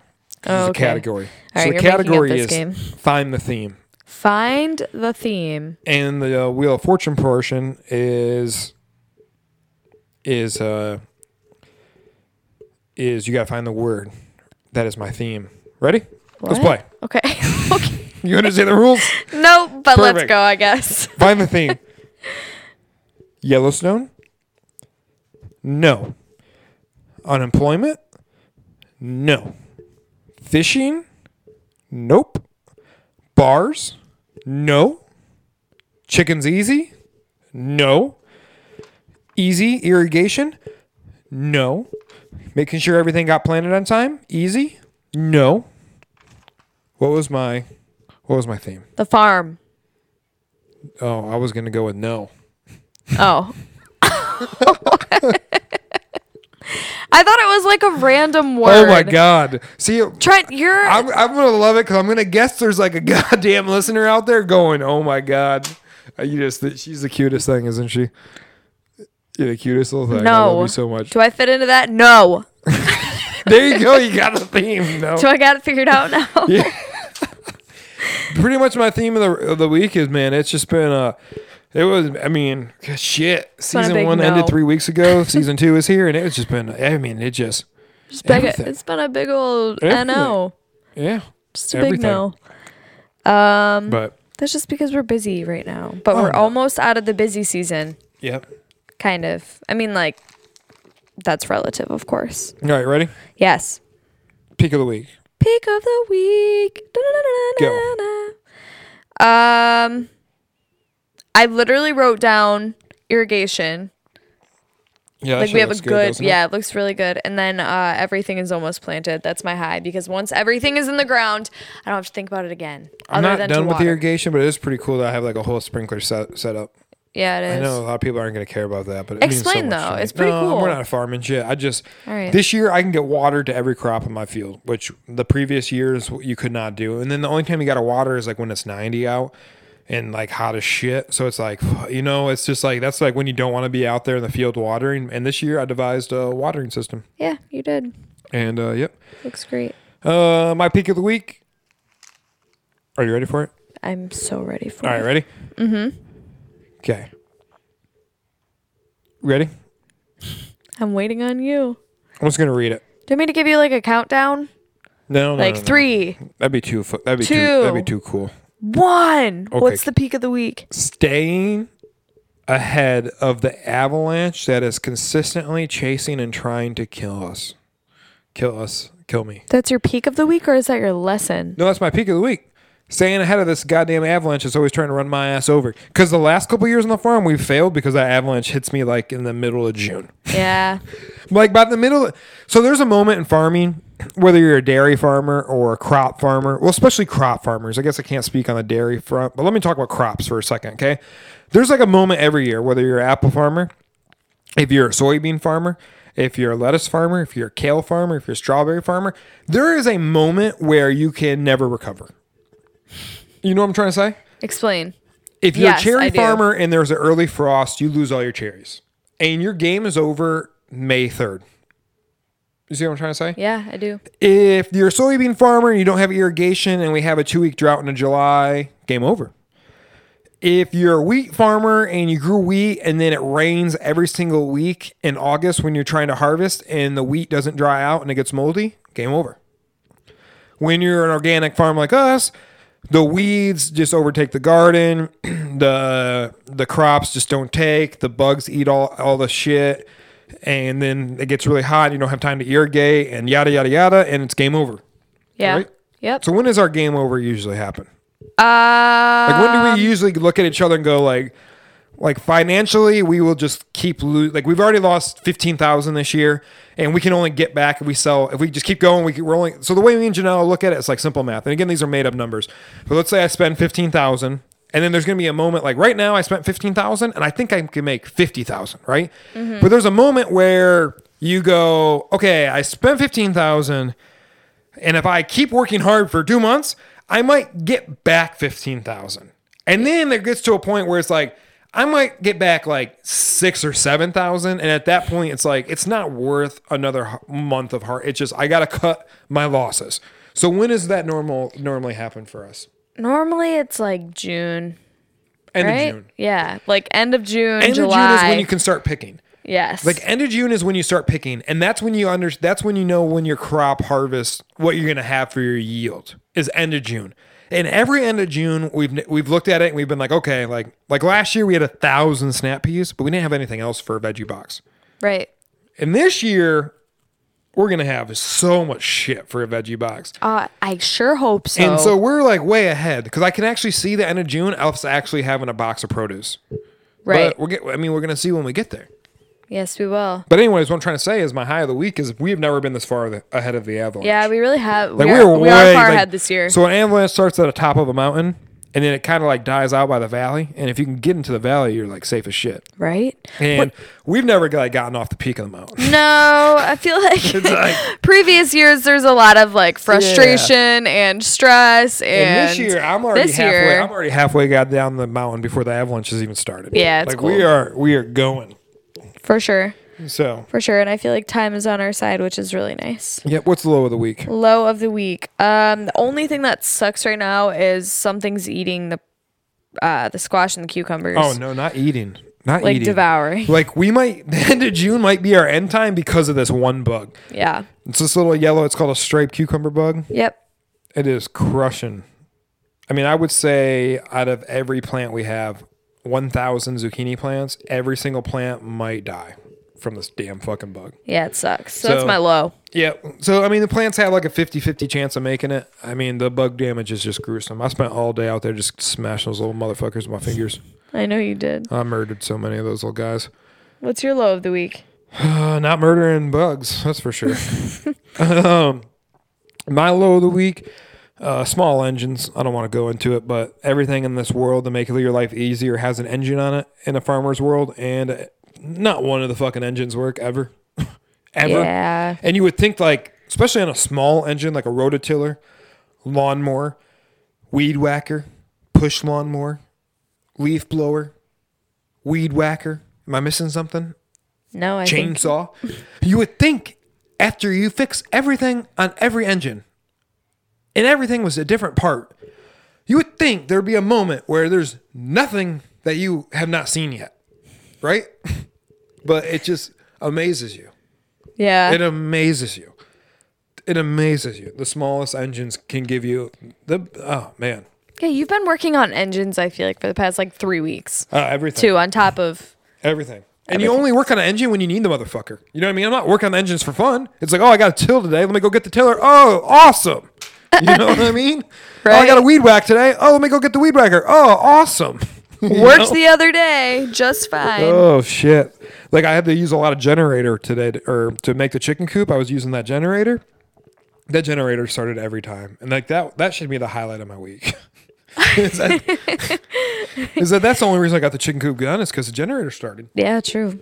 Speaker 1: This
Speaker 2: Oh,
Speaker 1: is a
Speaker 2: okay.
Speaker 1: category. so
Speaker 2: All
Speaker 1: the
Speaker 2: right, you're making up
Speaker 1: category
Speaker 2: this
Speaker 1: is
Speaker 2: game.
Speaker 1: find the theme,
Speaker 2: Find the theme.
Speaker 1: and the uh, Wheel of Fortune portion is is uh is you gotta find the word that is my theme. Ready? Let's
Speaker 2: What?
Speaker 1: play.
Speaker 2: Okay. <laughs> okay.
Speaker 1: You understand the rules?
Speaker 2: No, but let's
Speaker 1: Perfect.
Speaker 2: go. I guess.
Speaker 1: Find the theme. <laughs> Yellowstone? No. Unemployment? No. Fishing? Nope. Bars? No. Chickens easy? No. Easy irrigation? No. Making sure everything got planted on time? Easy? No. What was my what was my theme?
Speaker 2: The farm.
Speaker 1: Oh, I was gonna go with no.
Speaker 2: Oh. I thought it was like a random
Speaker 1: Oh
Speaker 2: word.
Speaker 1: my god! See,
Speaker 2: Trent, you're
Speaker 1: I'm, I'm gonna love it because I'm gonna guess there's like a <laughs> goddamn listener out there going, "Oh my god, Uh, you just she's the cutest thing, isn't she? You're the cutest little thing. I love
Speaker 2: no.
Speaker 1: you so much.
Speaker 2: Do I fit into that? No.
Speaker 1: There you go. You got a theme.
Speaker 2: <laughs>
Speaker 1: No,
Speaker 2: Do I got it figured out
Speaker 1: <laughs>
Speaker 2: now?
Speaker 1: pretty much my theme of the of the week is man. It's just been uh It was, I mean, shit.
Speaker 2: been a
Speaker 1: Season
Speaker 2: big
Speaker 1: one
Speaker 2: no.
Speaker 1: ended three weeks ago.
Speaker 2: <laughs>
Speaker 1: Season two is here, and it's just been. I mean, it just,
Speaker 2: It's big-
Speaker 1: Everything.
Speaker 2: it's been a big old
Speaker 1: Everything.
Speaker 2: no.
Speaker 1: yeah.
Speaker 2: Just a big
Speaker 1: Everything.
Speaker 2: no. Um,
Speaker 1: But
Speaker 2: that's just because we're busy right now. But
Speaker 1: Oh,
Speaker 2: we're
Speaker 1: no.
Speaker 2: almost out of the busy season,
Speaker 1: yep.
Speaker 2: kind of. I mean, like, that's relative, of course.
Speaker 1: All right, ready?
Speaker 2: Yes.
Speaker 1: Peak of the week.
Speaker 2: Peak of the week.
Speaker 1: Go.
Speaker 2: Um, I literally wrote down irrigation.
Speaker 1: Yeah, that
Speaker 2: like
Speaker 1: shit
Speaker 2: we have a
Speaker 1: looks
Speaker 2: good,
Speaker 1: doesn't it?
Speaker 2: yeah, it looks really good. And then uh, everything is almost planted. That's my high because once everything is in the ground, I don't have to think about it again.
Speaker 1: I'm
Speaker 2: other
Speaker 1: not
Speaker 2: than to
Speaker 1: done with
Speaker 2: water.
Speaker 1: irrigation, but it is pretty cool that I have like a whole sprinkler set, set up.
Speaker 2: Yeah, it is.
Speaker 1: I know a lot of people aren't going to care about that, but it
Speaker 2: Explain,
Speaker 1: means so much
Speaker 2: though.
Speaker 1: to me.
Speaker 2: It's pretty
Speaker 1: no,
Speaker 2: cool.
Speaker 1: We're not farming shit. I just
Speaker 2: All right.
Speaker 1: this year I can get water to every crop in my field, which the previous years you could not do. And then the only time you got to water is like when it's 90 out and like hot as shit. So it's like <sighs> you know, it's just like that's like when you don't want to be out there in the field watering. And this year I devised a watering system,
Speaker 2: Yeah, you did.
Speaker 1: and uh, yep,
Speaker 2: Looks great.
Speaker 1: uh, my peak of the week. Are you ready for it?
Speaker 2: I'm so ready for
Speaker 1: All
Speaker 2: it.
Speaker 1: right, ready? Mm-hmm. Okay. Ready?
Speaker 2: I'm waiting on you.
Speaker 1: I'm just gonna read it.
Speaker 2: Do you want me to give you like a countdown?
Speaker 1: No, no,
Speaker 2: like
Speaker 1: no, no.
Speaker 2: three,
Speaker 1: That'd be too. fu- That'd be too. That'd be
Speaker 2: Two.
Speaker 1: too cool.
Speaker 2: one. What's
Speaker 1: Okay.
Speaker 2: the peak of the week?
Speaker 1: Staying ahead of the avalanche that is consistently chasing and trying to kill us, kill us, kill me.
Speaker 2: That's your peak of the week, or is that your lesson?
Speaker 1: No, that's my peak of the week. Staying ahead of this goddamn avalanche that's always trying to run my ass over. Because the last couple years on the farm, we failed because that avalanche hits me like in the middle of June.
Speaker 2: Yeah.
Speaker 1: like by the middle so there's a moment in farming whether you're a dairy farmer or a crop farmer well especially crop farmers i guess i can't speak on the dairy front but let me talk about crops for a second okay there's like a moment every year whether you're an apple farmer if you're a soybean farmer if you're a lettuce farmer if you're a kale farmer if you're a strawberry farmer there is a moment where you can never recover you know what i'm trying to say
Speaker 2: Explain.
Speaker 1: if you're
Speaker 2: Yes,
Speaker 1: a cherry
Speaker 2: I do.
Speaker 1: farmer and there's an early frost, you lose all your cherries. And your game is over May 3rd. You see what I'm trying to say?
Speaker 2: Yeah, I do.
Speaker 1: If you're a soybean farmer and you don't have irrigation and we have a two week drought into July, game over. If you're a wheat farmer and you grew wheat and then it rains every single week in August when you're trying to harvest and the wheat doesn't dry out and it gets moldy, game over. When you're an organic farm like us, the weeds just overtake the garden, <clears throat> the the crops just don't take, the bugs eat all, all the shit, and then it gets really hot, you don't have time to irrigate and yada yada yada, and it's game over.
Speaker 2: Yeah.
Speaker 1: Right?
Speaker 2: Yep.
Speaker 1: So when does our game over usually happen?
Speaker 2: uh,
Speaker 1: Like when do we usually look at each other and go like, like financially we will just keep lose. Like we've already lost fifteen thousand this year, and we can only get back if we sell. If we just keep going, we keep rolling. So the way me and Janelle look at it, it's like simple math. And again, these are made up numbers. But let's say I spend fifteen thousand, and then there's going to be a moment like right now I spent fifteen thousand, and I think I can make fifty thousand, right? But there's a moment where you go, okay, I spent fifteen thousand. And if I keep working hard for two months, I might get back fifteen thousand. And then it gets to a point where it's like I might get back like six or seven thousand. And at that point, it's like it's not worth another h- month of hard. It's just I gotta cut my losses. So when does that normal normally happen for us?
Speaker 2: normally it's like June,
Speaker 1: End
Speaker 2: right?
Speaker 1: of June.
Speaker 2: Yeah, like end of June,
Speaker 1: End
Speaker 2: July.
Speaker 1: of June is when you can start picking.
Speaker 2: yes.
Speaker 1: Like end of June is when you start picking, and that's when you under that's when you know when your crop harvest what you're gonna have for your yield is end of June. And every end of June we've we've looked at it and we've been like, okay, like like last year we had a thousand snap peas, but we didn't have anything else for a veggie box.
Speaker 2: right.
Speaker 1: And this year we're gonna have so much shit for a veggie box.
Speaker 2: Uh, I sure hope so.
Speaker 1: And so we're like way ahead because I can actually see the end of June us actually having a box of produce.
Speaker 2: right.
Speaker 1: But we're get, I mean we're gonna see when we get there.
Speaker 2: yes, we will.
Speaker 1: But anyways, what I'm trying to say is my high of the week is we've never been this far the- ahead of the avalanche.
Speaker 2: Yeah, we really have.
Speaker 1: like
Speaker 2: we,
Speaker 1: we,
Speaker 2: are,
Speaker 1: were
Speaker 2: we
Speaker 1: way,
Speaker 2: are far
Speaker 1: like-
Speaker 2: ahead this year.
Speaker 1: So an avalanche starts at the top of a mountain, and then it kind of like dies out by the valley. And if you can get into the valley, you're like safe as shit.
Speaker 2: right?
Speaker 1: And we've never like gotten off the peak of the mountain.
Speaker 2: No, I
Speaker 1: <laughs>
Speaker 2: feel like,
Speaker 1: It's like-
Speaker 2: <laughs> previous years there's a lot of like frustration and stress and,
Speaker 1: And this year, I'm already
Speaker 2: this
Speaker 1: halfway.
Speaker 2: year-
Speaker 1: I'm already halfway got down the mountain before the avalanche has even started.
Speaker 2: Yeah, it's
Speaker 1: like we
Speaker 2: cool.
Speaker 1: are we are going.
Speaker 2: for sure,
Speaker 1: So
Speaker 2: for sure. And I feel like time is on our side, which is really nice.
Speaker 1: yeah, what's the low of the week?
Speaker 2: Low of the week. Um, the only thing that sucks right now is something's eating the uh the squash and the cucumbers.
Speaker 1: Oh no, not eating, not
Speaker 2: Like
Speaker 1: eating.
Speaker 2: devouring.
Speaker 1: Like we might <laughs> the end of June might be our end time because of this one bug.
Speaker 2: Yeah.
Speaker 1: It's this little yellow. It's called a striped cucumber bug.
Speaker 2: Yep.
Speaker 1: It is crushing. I mean, I would say out of every plant we have, 1,000 zucchini plants, every single plant might die from this damn fucking bug.
Speaker 2: Yeah, it sucks. So,
Speaker 1: So-
Speaker 2: that's my low.
Speaker 1: Yeah. So, I mean, the plants have like a 50 50 chance of making it. I mean, the bug damage is just gruesome. I spent all day out there just smashing those little motherfuckers with my fingers.
Speaker 2: I know you did.
Speaker 1: I murdered so many of those little guys.
Speaker 2: What's your low of the week?
Speaker 1: Uh, not murdering bugs, that's for sure. um, my low of the week, uh, small engines. I don't want to go into it, but everything in this world to make your life easier has an engine on it in a farmer's world, and uh, not one of the fucking engines work ever, <laughs> ever.
Speaker 2: Yeah.
Speaker 1: And you would think like, especially on a small engine like a rototiller, lawnmower, weed whacker, push lawnmower, leaf blower, weed whacker. Am I missing something?
Speaker 2: No, I think
Speaker 1: chainsaw. you would think after you fix everything on every engine, and everything was a different part, you would think there'd be a moment where there's nothing that you have not seen yet, right? <laughs> but it just amazes you.
Speaker 2: yeah.
Speaker 1: It amazes you. It amazes you. The smallest engines can give you the oh man
Speaker 2: Yeah, you've been working on engines, I feel like, for the past like three weeks.
Speaker 1: uh, everything.
Speaker 2: Two on
Speaker 1: <laughs>
Speaker 2: top of
Speaker 1: Everything. And you only work on an engine when you need the motherfucker. You know what I mean? I'm not working on the engines for fun. It's like, oh, I got a till today. Let me go get the tiller. Oh, awesome. You know what I mean?
Speaker 2: <laughs>
Speaker 1: Oh, I
Speaker 2: Right.
Speaker 1: got a weed whack today. Oh, let me go get the weed whacker. Oh, awesome. <laughs> You
Speaker 2: worked
Speaker 1: know?
Speaker 2: the other day just fine.
Speaker 1: Oh shit! Like I had to use a lot of generator today, to, or to make the chicken coop. I was using that generator. That generator started every time, and like that that should be the highlight of my week. <laughs> is, that,
Speaker 2: <laughs>
Speaker 1: is that that's the only reason I got the chicken coop gun is because the generator started.
Speaker 2: yeah, true.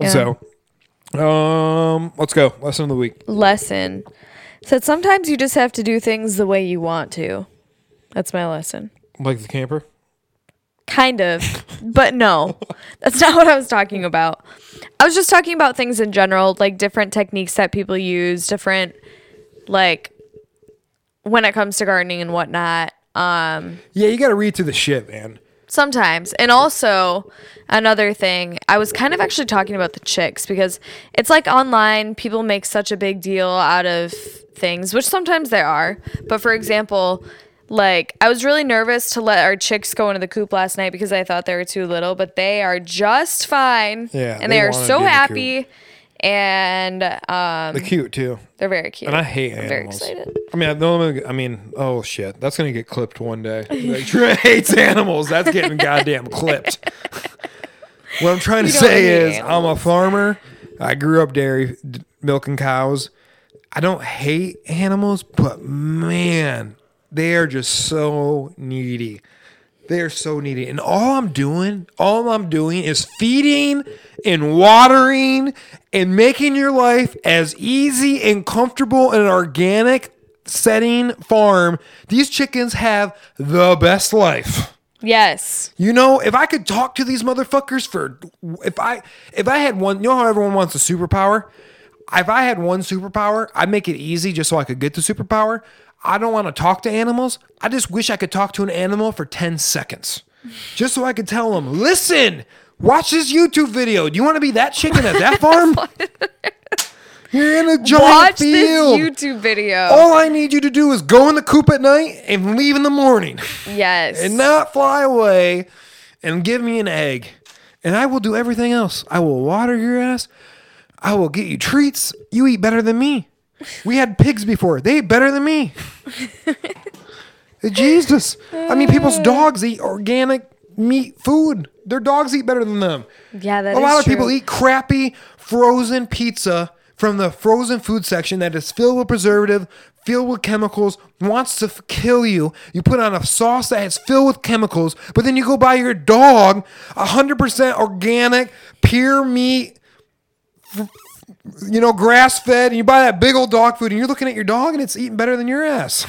Speaker 2: Yeah.
Speaker 1: So, um, let's go. Lesson of the week.
Speaker 2: lesson said sometimes you just have to do things the way you want to. That's my lesson.
Speaker 1: Like the camper.
Speaker 2: Kind of, but no, that's not what I was talking about. I was just talking about things in general, like different techniques that people use, different, like, when it comes to gardening and whatnot. Um,
Speaker 1: Yeah, you got to read through the shit, man.
Speaker 2: Sometimes. And also, another thing, I was kind of actually talking about the chicks because it's like online, people make such a big deal out of things, which sometimes there are. But for example, like I was really nervous to let our chicks go into the coop last night because I thought they were too little, but they are just fine.
Speaker 1: Yeah,
Speaker 2: And
Speaker 1: they
Speaker 2: they, are
Speaker 1: wanna
Speaker 2: so
Speaker 1: be in the coop.
Speaker 2: happy. And um,
Speaker 1: The cute too.
Speaker 2: they're very cute.
Speaker 1: And I hate
Speaker 2: I'm
Speaker 1: animals.
Speaker 2: very excited.
Speaker 1: I mean, I, don't, I mean, oh shit, that's gonna get clipped one day. <laughs> Like, Trey hates animals. That's
Speaker 2: <laughs>
Speaker 1: getting goddamn clipped. what I'm trying to
Speaker 2: You don't
Speaker 1: say
Speaker 2: hate
Speaker 1: is, I'm a farmer. I grew up dairy d- milking cows. I don't hate animals, but man, they are just so needy. They are so needy. And all I'm doing, all I'm doing is feeding and watering and making your life as easy and comfortable in an organic setting farm. These chickens have the best life.
Speaker 2: Yes.
Speaker 1: You know, if I could talk to these motherfuckers for if I if I had one, you know how everyone wants a superpower? If I had one superpower, I'd make it easy just so I could get the superpower. I don't want to talk to animals. I just wish I could talk to an animal for 10 seconds. Just so I could tell them, "Listen, watch this YouTube video. Do you want to be that chicken
Speaker 2: <laughs>
Speaker 1: at that farm?" You're in a giant
Speaker 2: Watch
Speaker 1: field.
Speaker 2: this YouTube video.
Speaker 1: All I need you to do is go in the coop at night and leave in the morning
Speaker 2: yes.
Speaker 1: and not fly away and give me an egg. And I will do everything else. I will water your ass. I will get you treats. You eat better than me. We had pigs before. They ate better than me. Jesus. I mean,
Speaker 2: Uh.
Speaker 1: people's dogs eat organic meat food. Their dogs eat better than them.
Speaker 2: Yeah, that
Speaker 1: A lot
Speaker 2: is
Speaker 1: of people
Speaker 2: true.
Speaker 1: eat crappy frozen pizza from the frozen food section that is filled with preservative, filled with chemicals, wants to f- kill you. You put on a sauce that is filled with chemicals, but then you go buy your dog 100% organic, pure meat, f- you know, grass fed, and you buy that big old dog food, and you're looking at your dog and it's eating better than your ass.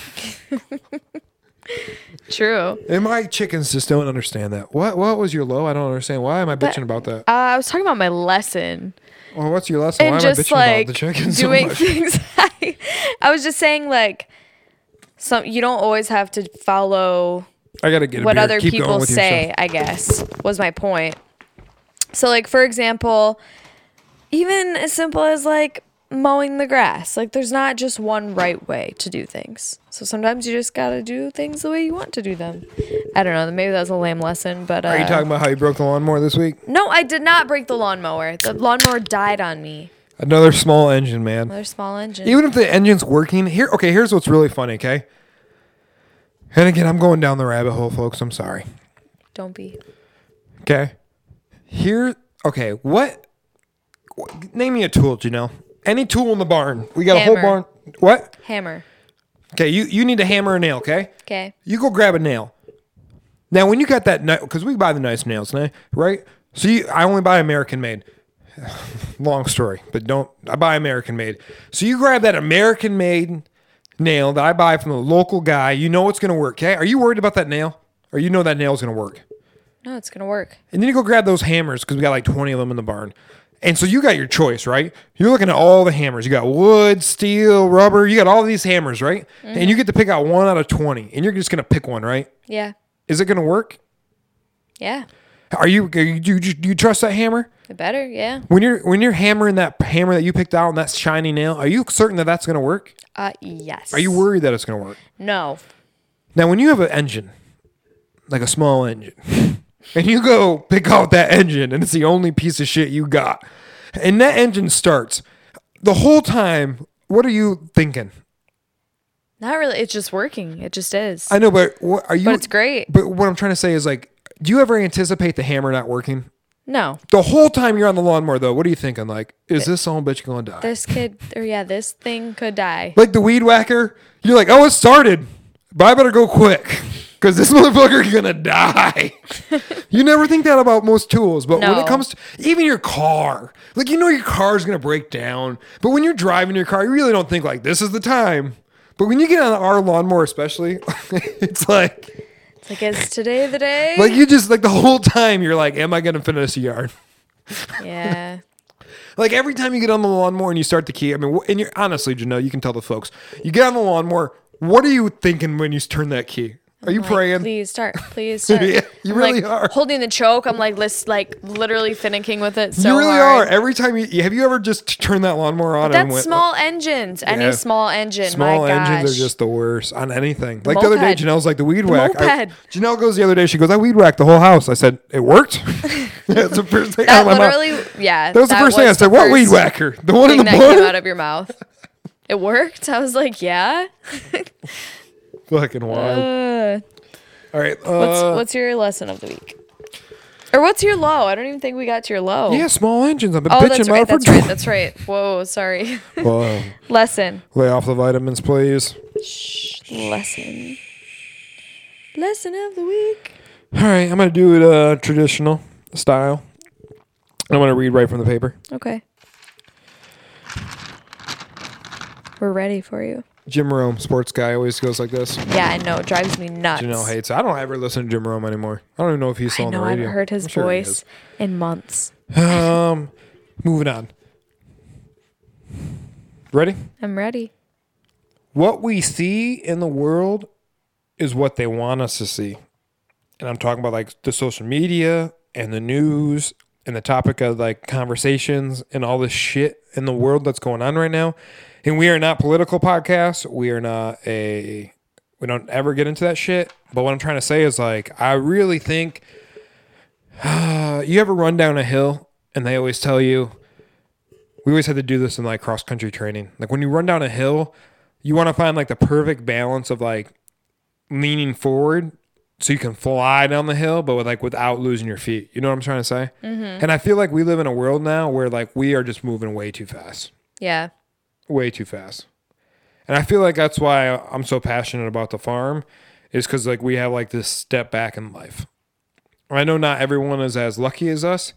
Speaker 2: True.
Speaker 1: And my chickens just don't understand that. What what was your low? I don't understand. Why am I bitching about that?
Speaker 2: Uh, I was talking about my lesson
Speaker 1: Or what's your lesson?
Speaker 2: and
Speaker 1: Why am I
Speaker 2: just
Speaker 1: bitching
Speaker 2: like
Speaker 1: about the chickens so
Speaker 2: doing
Speaker 1: much?
Speaker 2: things. <laughs> I, I was just saying like some you don't always have to follow
Speaker 1: I gotta get a
Speaker 2: what
Speaker 1: beer.
Speaker 2: other
Speaker 1: Keep going
Speaker 2: people
Speaker 1: with your
Speaker 2: say,
Speaker 1: stuff.
Speaker 2: I guess, was my point. So, like, for example, even as simple as like mowing the grass, like, there's not just one right way to do things. So sometimes you just gotta do things the way you want to do them. I don't know. Maybe that was a lame lesson, but uh,
Speaker 1: Are you talking about how you broke the lawnmower this week?
Speaker 2: no, I did not break the lawnmower. The lawnmower died on me.
Speaker 1: Another small engine, man.
Speaker 2: Another small engine.
Speaker 1: Even if the engine's working, here okay, here's what's really funny, okay? And again, I'm going down the rabbit hole, folks. I'm sorry.
Speaker 2: don't be.
Speaker 1: Okay. Here okay, what, what name me a tool, Janelle. Any tool in the barn. We got a whole
Speaker 2: Hammer.
Speaker 1: barn. What?
Speaker 2: Hammer.
Speaker 1: Okay, you, you need to hammer a nail, okay?
Speaker 2: Okay.
Speaker 1: You go grab a nail. Now, when you got that nail, because we buy the nice nails, nah, right? So you, I only buy American made. <sighs> Long story, but don't. I buy American made. So you grab that American made nail that I buy from the local guy. You know it's going to work, okay? Are you worried about that nail? Or you know that nail's going to work?
Speaker 2: No, it's gonna work.
Speaker 1: And then you go grab those hammers because we got like 20 of them in the barn. And so you got your choice, right? You're looking at all the hammers. You got wood, steel, rubber. You got all these hammers, right? And you get to pick out one out of 20. And you're just going to pick one, right?
Speaker 2: Yeah.
Speaker 1: Is it going to work?
Speaker 2: Yeah.
Speaker 1: Are you do you, do you, do you trust that hammer?
Speaker 2: The better. Yeah.
Speaker 1: When you're when you're hammering that hammer that you picked out and that shiny nail, are you certain that that's going to work?
Speaker 2: Uh. Yes.
Speaker 1: Are you worried that it's going to work?
Speaker 2: No.
Speaker 1: Now, when you have an engine, like a small engine, <laughs> and you go pick out that engine and it's the only piece of shit you got, and that engine starts, the whole time, what are you thinking?
Speaker 2: Not really. It's just working. It just is.
Speaker 1: I know, but what are you?
Speaker 2: but it's great.
Speaker 1: But what I'm trying to say is like, do you ever anticipate the hammer not working?
Speaker 2: No,
Speaker 1: The whole time you're on the lawnmower, though, what are you thinking? Like, is this son of a bitch going to die?
Speaker 2: this kid or yeah, this thing could die.
Speaker 1: like the weed whacker, you're like, oh, it started, but I better go quick because this motherfucker gonna die. you never think that about most tools, but when
Speaker 2: No.
Speaker 1: it comes to even your car, like you know your car's gonna break down, but when you're driving your car, you really don't think like this is the time. But when you get on our lawnmower, especially, <laughs> it's like
Speaker 2: It's like is today the day?
Speaker 1: like you just like the whole time you're like, am I gonna finish the yard?
Speaker 2: yeah.
Speaker 1: Like every time you get on the lawnmower and you start the key, I mean, wh- and you're honestly, Janelle, you can tell the folks. You get on the lawnmower. What are you thinking when you turn that key? Are you
Speaker 2: Like,
Speaker 1: praying?
Speaker 2: Please start. Please start.
Speaker 1: <laughs> Yeah, you
Speaker 2: I'm,
Speaker 1: really
Speaker 2: like,
Speaker 1: are.
Speaker 2: Holding the choke. I'm like list like literally finicking with it. So
Speaker 1: you really
Speaker 2: hard.
Speaker 1: are. Every time you have you ever just t- turned that lawnmower on and
Speaker 2: That's
Speaker 1: went
Speaker 2: small engines.
Speaker 1: Yeah.
Speaker 2: Any small engine.
Speaker 1: small
Speaker 2: my gosh.
Speaker 1: engines are just the worst on anything. Like the other day,
Speaker 2: moped.
Speaker 1: Janelle's like the weed whack. I-
Speaker 2: moped.
Speaker 1: Janelle goes the other day. She goes, I weed whacked the whole house. I said, it
Speaker 2: <laughs>
Speaker 1: worked. <laughs> That's the first thing out
Speaker 2: that
Speaker 1: of my mouth.
Speaker 2: literally yeah.
Speaker 1: That was the first thing I said. What weed
Speaker 2: first
Speaker 1: whacker? The one in the
Speaker 2: Thing that came
Speaker 1: barn.
Speaker 2: out of your mouth. It worked. I was like, yeah.
Speaker 1: Fucking wild.
Speaker 2: Uh,
Speaker 1: All right.
Speaker 2: what's
Speaker 1: uh,
Speaker 2: what's your lesson of the week? Or what's your low? I don't even think we got to your low.
Speaker 1: yeah, small engines. I've been
Speaker 2: Oh,
Speaker 1: bitching
Speaker 2: that's
Speaker 1: about
Speaker 2: right.
Speaker 1: it for <laughs>
Speaker 2: That's right. That's right. Whoa, sorry. <laughs>
Speaker 1: Whoa.
Speaker 2: Lesson.
Speaker 1: Lay off the vitamins, please.
Speaker 2: Lesson. Lesson of the week.
Speaker 1: All right, I'm gonna do it uh, traditional style. I'm gonna read right from the paper.
Speaker 2: Okay. We're ready for you.
Speaker 1: Jim Rome, sports guy, always goes like this.
Speaker 2: Yeah, I know. It drives me nuts.
Speaker 1: Janelle hates. I don't ever listen to Jim Rome anymore. I don't even know if he's still
Speaker 2: I
Speaker 1: on
Speaker 2: know.
Speaker 1: the
Speaker 2: I
Speaker 1: radio.
Speaker 2: haven't heard his
Speaker 1: I'm sure he
Speaker 2: voice in months.
Speaker 1: is. um, moving on. Ready?
Speaker 2: I'm ready.
Speaker 1: What we see in the world is what they want us to see. And I'm talking about like the social media and the news and the topic of like conversations and all this shit in the world that's going on right now. And we are not political podcasts. We are not a we don't ever get into that shit. But what I'm trying to say is like I really think <sighs> uh, you ever run down a hill and they always tell you we always had to do this in like cross country training. Like when you run down a hill, you want to find like the perfect balance of like leaning forward so you can fly down the hill, but with like without losing your feet. You know what I'm trying to say? And I feel like we live in a world now where like we are just moving way too fast.
Speaker 2: Yeah.
Speaker 1: way too fast. And I feel like that's why I'm so passionate about the farm is cuz like we have like this step back in life. I know not everyone is as lucky as us.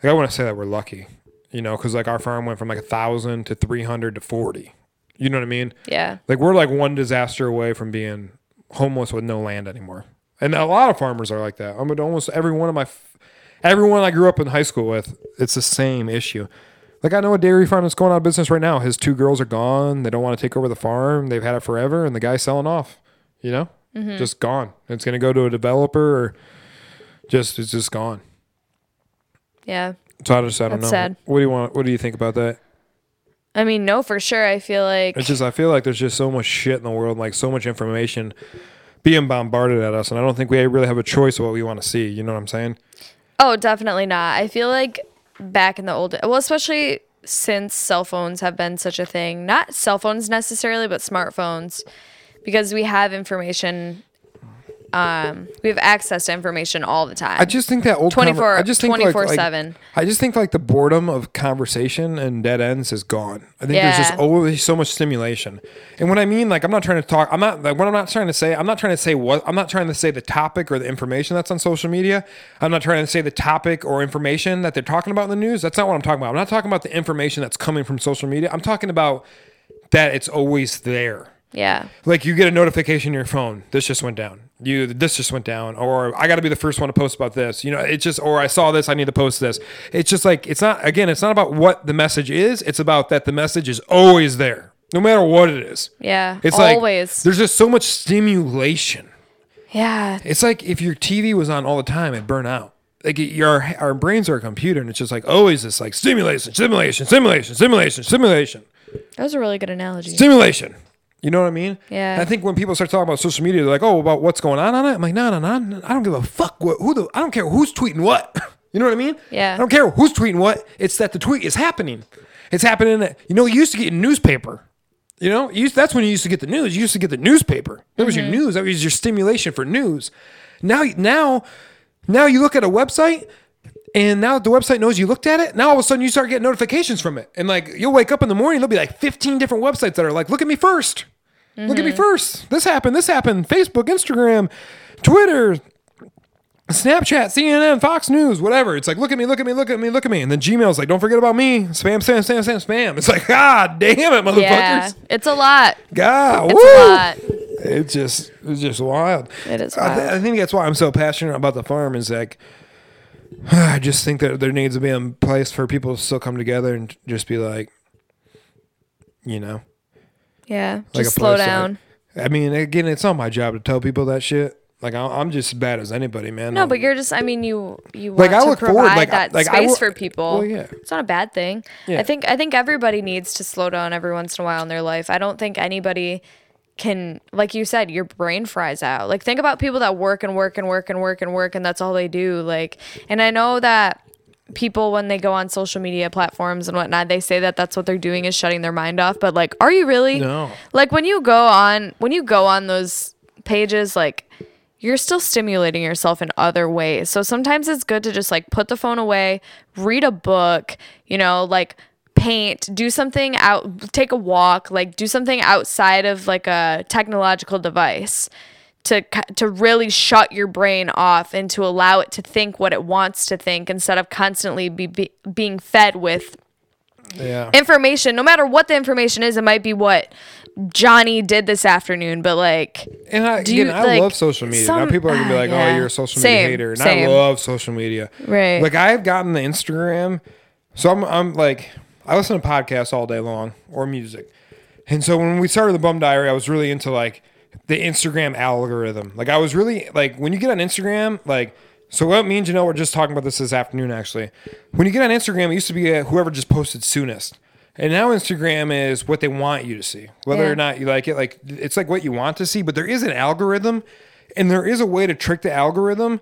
Speaker 1: Like I want to say that we're lucky, you know, cuz like our farm went from like a 1000 to 300 to 40. You know what I mean?
Speaker 2: Yeah.
Speaker 1: Like we're like one disaster away from being homeless with no land anymore. And a lot of farmers are like that. I mean, almost every one of my, f- everyone I grew up in high school with, it's the same issue. Like I know a dairy farm that's going out of business right now. His two girls are gone. They don't want to take over the farm. They've had it forever, and the guy's selling off. You know,
Speaker 2: Mm-hmm.
Speaker 1: just gone. It's going to go to a developer, or just it's just gone.
Speaker 2: Yeah.
Speaker 1: So I just I don't
Speaker 2: That's
Speaker 1: know.
Speaker 2: sad.
Speaker 1: What do you want? What do you think about that?
Speaker 2: I mean, no, for sure. I feel like
Speaker 1: It's just I feel like there's just so much shit in the world, like so much information being bombarded at us, and I don't think we really have a choice of what we want to see. You know what I'm saying?
Speaker 2: Oh, definitely not. I feel like back in the old, well, especially since cell phones have been such a thing, not cell phones necessarily, but smartphones, because we have information, um, we have access to information all the time.
Speaker 1: I just think that old
Speaker 2: 24
Speaker 1: I just think like- like-
Speaker 2: 24/7.
Speaker 1: I just think like the boredom of conversation and dead ends is gone. I think there's just
Speaker 2: Yeah.
Speaker 1: always so much stimulation. And what I mean, like, I'm not trying to talk. I'm not like what I'm not trying to say. I'm not trying to say what. I'm not trying to say the topic or the information that's on social media. I'm not trying to say the topic or information that they're talking about in the news. That's not what I'm talking about. I'm not talking about the information that's coming from social media. I'm talking about that it's always there
Speaker 2: yeah.
Speaker 1: like you get a notification on your phone this just went down you this just went down or i got to be the first one to post about this you know it's just or i saw this i need to post this it's just like it's not again it's not about what the message is it's about that the message is always there no matter what it is
Speaker 2: Yeah.
Speaker 1: it's like
Speaker 2: always.
Speaker 1: there's just so much stimulation
Speaker 2: yeah.
Speaker 1: it's like if your tv was on all the time it'd burn out like it- your our brains are a computer and it's just like always this like stimulation stimulation stimulation stimulation stimulation
Speaker 2: That was a really good analogy.
Speaker 1: stimulation. You know what I mean?
Speaker 2: Yeah.
Speaker 1: And I think when people start talking about social media, they're like, "Oh, about what's going on on it." I'm like, "No, no, no. I don't give a fuck what who the I don't care who's tweeting what." <laughs> You know what I mean?
Speaker 2: Yeah.
Speaker 1: I don't care who's tweeting what. It's that the tweet is happening. It's happening. At, you know, you used to get a newspaper. You know, you used, that's when you used to get the news. You used to get the newspaper. That was your news. That was your stimulation for news. Now, now, now you look at a website and now the website knows you looked at it. Now all of a sudden you start getting notifications from it. And like you'll wake up in the morning, there'll be like 15 different websites that are like, look at me 1st Look at
Speaker 2: Mm-hmm.
Speaker 1: me first. This happened. This happened. Facebook, Instagram, Twitter, Snapchat, CNN, Fox News, whatever. It's like, look at me, look at me, look at me, look at me. And then Gmail's like, don't forget about me. Spam, spam, spam, spam, spam. It's like, God damn it, motherfuckers.
Speaker 2: Yeah. It's a lot.
Speaker 1: God,
Speaker 2: It's
Speaker 1: woo!
Speaker 2: a lot.
Speaker 1: It's just, it's just wild.
Speaker 2: It is
Speaker 1: I, th-
Speaker 2: wild.
Speaker 1: I think that's why I'm so passionate about the farm. Is like, <sighs> I just think that there needs to be a place for people to still come together and just be like, you know,
Speaker 2: Yeah. Just
Speaker 1: like a
Speaker 2: slow
Speaker 1: place to, like-
Speaker 2: down.
Speaker 1: I mean, again, it's not my job to tell people that shit. Like, I- I'm just as bad as anybody, man.
Speaker 2: No,
Speaker 1: I'm-
Speaker 2: but you're just. I mean, you you
Speaker 1: Like,
Speaker 2: want
Speaker 1: I
Speaker 2: to
Speaker 1: look
Speaker 2: provide
Speaker 1: forward, like, I-
Speaker 2: that
Speaker 1: like, I
Speaker 2: space
Speaker 1: wo-
Speaker 2: for people.
Speaker 1: Well, yeah.
Speaker 2: it's not a bad thing.
Speaker 1: Yeah.
Speaker 2: I think I think everybody needs to slow down every once in a while in their life. I don't think anybody can, like you said, your brain fries out. Like think about people that work and work and work and work and work and that's all they do. Like, and I know that people when they go on social media platforms and whatnot they say that that's what they're doing is shutting their mind off but like are you really
Speaker 1: No.
Speaker 2: like when you go on when you go on those pages like you're still stimulating yourself in other ways so sometimes it's good to just like put the phone away read a book you know like paint do something out take a walk like do something outside of like a technological device to ki- to really shut your brain off and to allow it to think what it wants to think instead of constantly be, be being fed with
Speaker 1: yeah.
Speaker 2: information no matter what the information is it might be what johnny did this afternoon but like
Speaker 1: And I,
Speaker 2: Do
Speaker 1: again,
Speaker 2: you,
Speaker 1: I
Speaker 2: like,
Speaker 1: love social media. now
Speaker 2: some-
Speaker 1: people are gonna be
Speaker 2: ah,
Speaker 1: like, "Oh,
Speaker 2: yeah.
Speaker 1: you're a social
Speaker 2: Same,
Speaker 1: media hater," and
Speaker 2: same.
Speaker 1: I love social media.
Speaker 2: Right.
Speaker 1: Like I've gotten the Instagram, so I'm I'm like I listen to podcasts all day long or music, and so when we started the Bum Diary, I was really into like the Instagram algorithm. Like I was really like when you get on Instagram, like. So what me and Janelle were just talking about this this afternoon, actually. When you get on Instagram, it used to be uh whoever just posted soonest, and now Instagram is what they want you to see, whether
Speaker 2: Yeah.
Speaker 1: or not not you like it. Like it's like what you want to see, but there is an algorithm and there is a way to trick the algorithm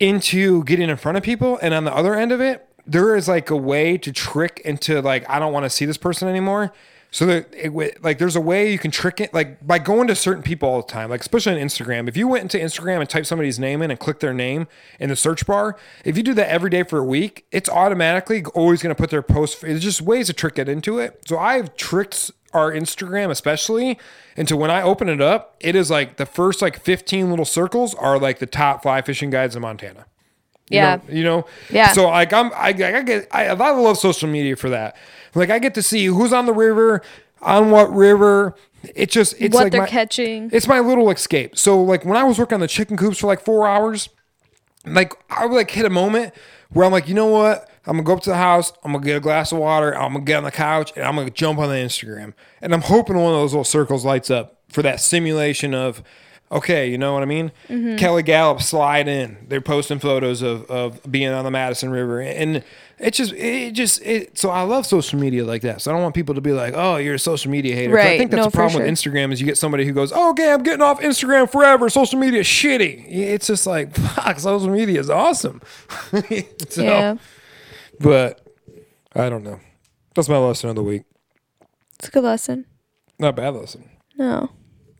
Speaker 1: into getting in front of people. And on the other end of it, there is like a way to trick into like I don't want to see this person anymore. So that it, wa- like there's a way you can trick it like by going to certain people all the time, like especially on Instagram. If you went into Instagram and typed somebody's name in and click their name in the search bar, if you do that every day for a week, it's automatically always going to put their post. It's just ways to trick it into it. So I've tricked our Instagram especially into when I open it up, it is like the first like 15 little circles are like the top five fishing guides in Montana. You
Speaker 2: Yeah.
Speaker 1: know- you know.
Speaker 2: Yeah.
Speaker 1: So like I'm, I, I get, I, I love social media for that. Like I get to see who's on the river, on what river. It just it's
Speaker 2: What
Speaker 1: like
Speaker 2: they're
Speaker 1: my-
Speaker 2: catching.
Speaker 1: It's my little escape. So like when I was working on the chicken coops for like four hours, like I would like hit a moment where I'm like, you know what? I'm gonna go up to the house. I'm gonna get a glass of water. I'm gonna get on the couch and I'm gonna jump on the Instagram. And I'm hoping one of those little circles lights up for that simulation of, okay, you know what I mean?
Speaker 2: Mm-hmm.
Speaker 1: Kelly Gallup slide in. They're posting photos of of being on the Madison River, and it's just it just it. So I love social media like that. So I don't want people to be like, oh, you're a social media hater. 'Cause I
Speaker 2: Right.
Speaker 1: think that's
Speaker 2: No,
Speaker 1: the
Speaker 2: for
Speaker 1: problem with
Speaker 2: sure.
Speaker 1: Instagram. Instagram is you get somebody who goes, "Oh, okay, I'm getting off Instagram forever. Social media is shitty." It's just like, <laughs> fuck, social media is awesome. <laughs> So,
Speaker 2: Yeah.
Speaker 1: But I don't know. That's my lesson of the week.
Speaker 2: It's a good lesson.
Speaker 1: Not a bad lesson.
Speaker 2: No.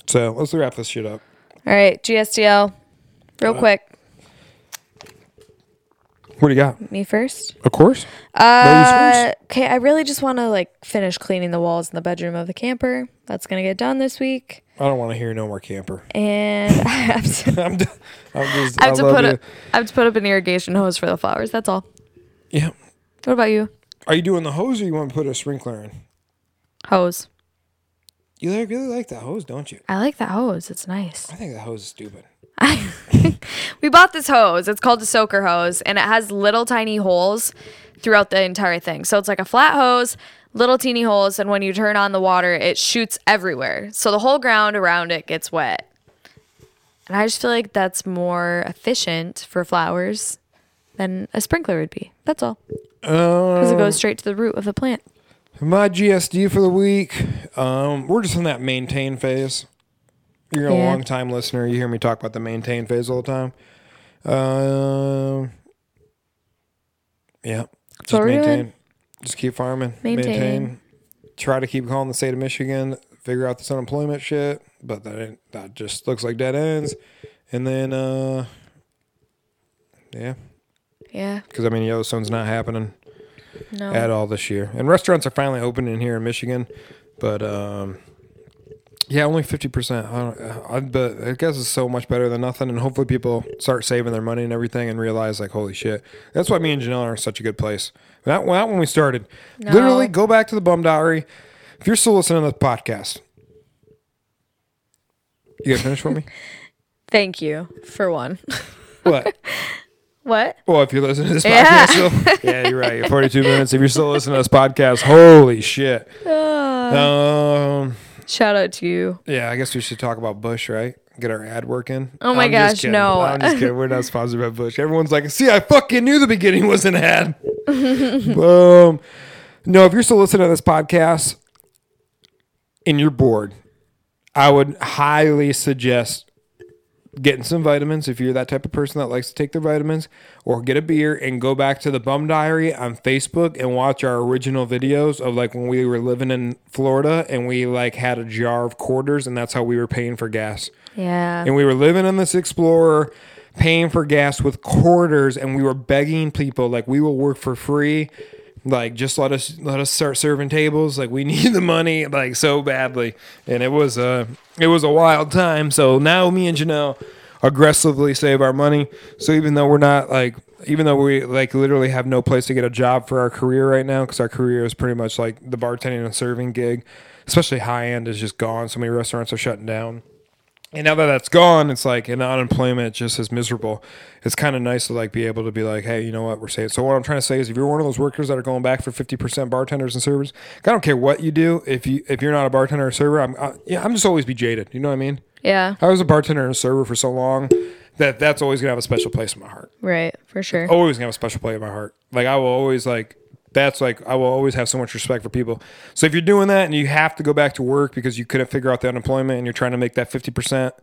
Speaker 1: So let's wrap this shit up.
Speaker 2: All right, GSDL. Real quick.
Speaker 1: What do you got?
Speaker 2: Me first.
Speaker 1: Of course.
Speaker 2: Uh, okay, I really just want to like finish cleaning the walls in the bedroom of the camper. That's gonna get done this week,
Speaker 1: I don't want to hear no more camper. <laughs>
Speaker 2: and <laughs> I have to,
Speaker 1: I'm, d- I'm just.
Speaker 2: I
Speaker 1: I
Speaker 2: have to
Speaker 1: love
Speaker 2: put
Speaker 1: you.
Speaker 2: a, I have to put up an irrigation hose for the flowers. That's all.
Speaker 1: Yeah.
Speaker 2: What about you?
Speaker 1: Are you doing the hose or you want to put a sprinkler in?
Speaker 2: Hose.
Speaker 1: You like- really like that hose, don't you?
Speaker 2: I like that hose. It's nice.
Speaker 1: I think that hose is stupid.
Speaker 2: We bought this hose. It's called a soaker hose, and it has little tiny holes throughout the entire thing. So it's like a flat hose, little teeny holes, and when you turn on the water, it shoots everywhere. So the whole ground around it gets wet. And I just feel like that's more efficient for flowers than a sprinkler would be. That's all. Because it goes straight to the root of the plant.
Speaker 1: My GSD for the week. Um, we're just in that maintain phase. You're a
Speaker 2: Yeah.
Speaker 1: long time listener. You hear me talk about the maintain phase all the time. Um, yeah. Just
Speaker 2: what we're doing.
Speaker 1: maintain. Just keep farming. Maintain.
Speaker 2: Maintain.
Speaker 1: Try to keep calling the state of Michigan. Figure out this unemployment shit. But that ain't, that just looks like dead ends. And then, uh, yeah,
Speaker 2: Yeah.
Speaker 1: because I mean, Yellowstone's not happening
Speaker 2: No.
Speaker 1: at all this year. And restaurants are finally opening here in Michigan, but um, yeah, only fifty percent. I, don't- uh, I but I guess it's so much better than nothing. And hopefully, people start saving their money and everything, and realize like, holy shit, that's why me and Janelle are in such a good place. Not, not when we started. Literally, go back to the Bum Diary. If you're still listening to this podcast, you gonna finish with me?
Speaker 2: Thank you for one. <laughs>
Speaker 1: What?
Speaker 2: what?
Speaker 1: Well, if you're listening to this
Speaker 2: Yeah.
Speaker 1: podcast,
Speaker 2: <laughs>
Speaker 1: still, yeah, you're right. You're 42 minutes. If you're still listening to this podcast, holy shit.
Speaker 2: Uh.
Speaker 1: Um,
Speaker 2: Shout out to you.
Speaker 1: yeah, I guess we should talk about Bush, right? Get our ad work in.
Speaker 2: Oh my
Speaker 1: I'm just
Speaker 2: gosh,
Speaker 1: kidding.
Speaker 2: no.
Speaker 1: I'm just kidding. We're not sponsored by Bush. Everyone's like, see, I fucking knew the beginning was an
Speaker 2: <laughs>
Speaker 1: ad. um, no, if you're still listening to this podcast and you're bored, I would highly suggest getting some vitamins if you're that type of person that likes to take their vitamins, or get a beer and go back to the Bum Diary on Facebook and watch our original videos of like when we were living in Florida and we like had a jar of quarters and that's how we were paying for gas.
Speaker 2: Yeah.
Speaker 1: And we were living in this Explorer, paying for gas with quarters, and we were begging people like we will work for free. Like just let us let us start serving tables. Like we <laughs> need the money like so badly. And it was a it was a wild time. So now me and Janelle aggressively save our money. So even though we're not like even though we like literally have no place to get a job for our career right now because our career is pretty much like the bartending and serving gig, especially high end is just gone. So many restaurants are shutting down. And now that that's gone, it's like an unemployment just is miserable. It's kind of nice to like be able to be like, hey, you know what, we're safe. So what I'm trying to say is, if you're one of those workers that are going back for 50% bartenders and servers, I don't care what you do. If you if you're not a bartender or server, I'm I, yeah, I'm just always be jaded. You know what I mean?
Speaker 2: Yeah.
Speaker 1: I was a bartender and server for so long that that's always gonna have a special place in my heart
Speaker 2: Right. For sure.
Speaker 1: always gonna have a special place in my heart. Like I will always like that's like I will always have so much respect for people. So if you're doing that and you have to go back to work because you couldn't figure out the unemployment and you're trying to make that fifty percent,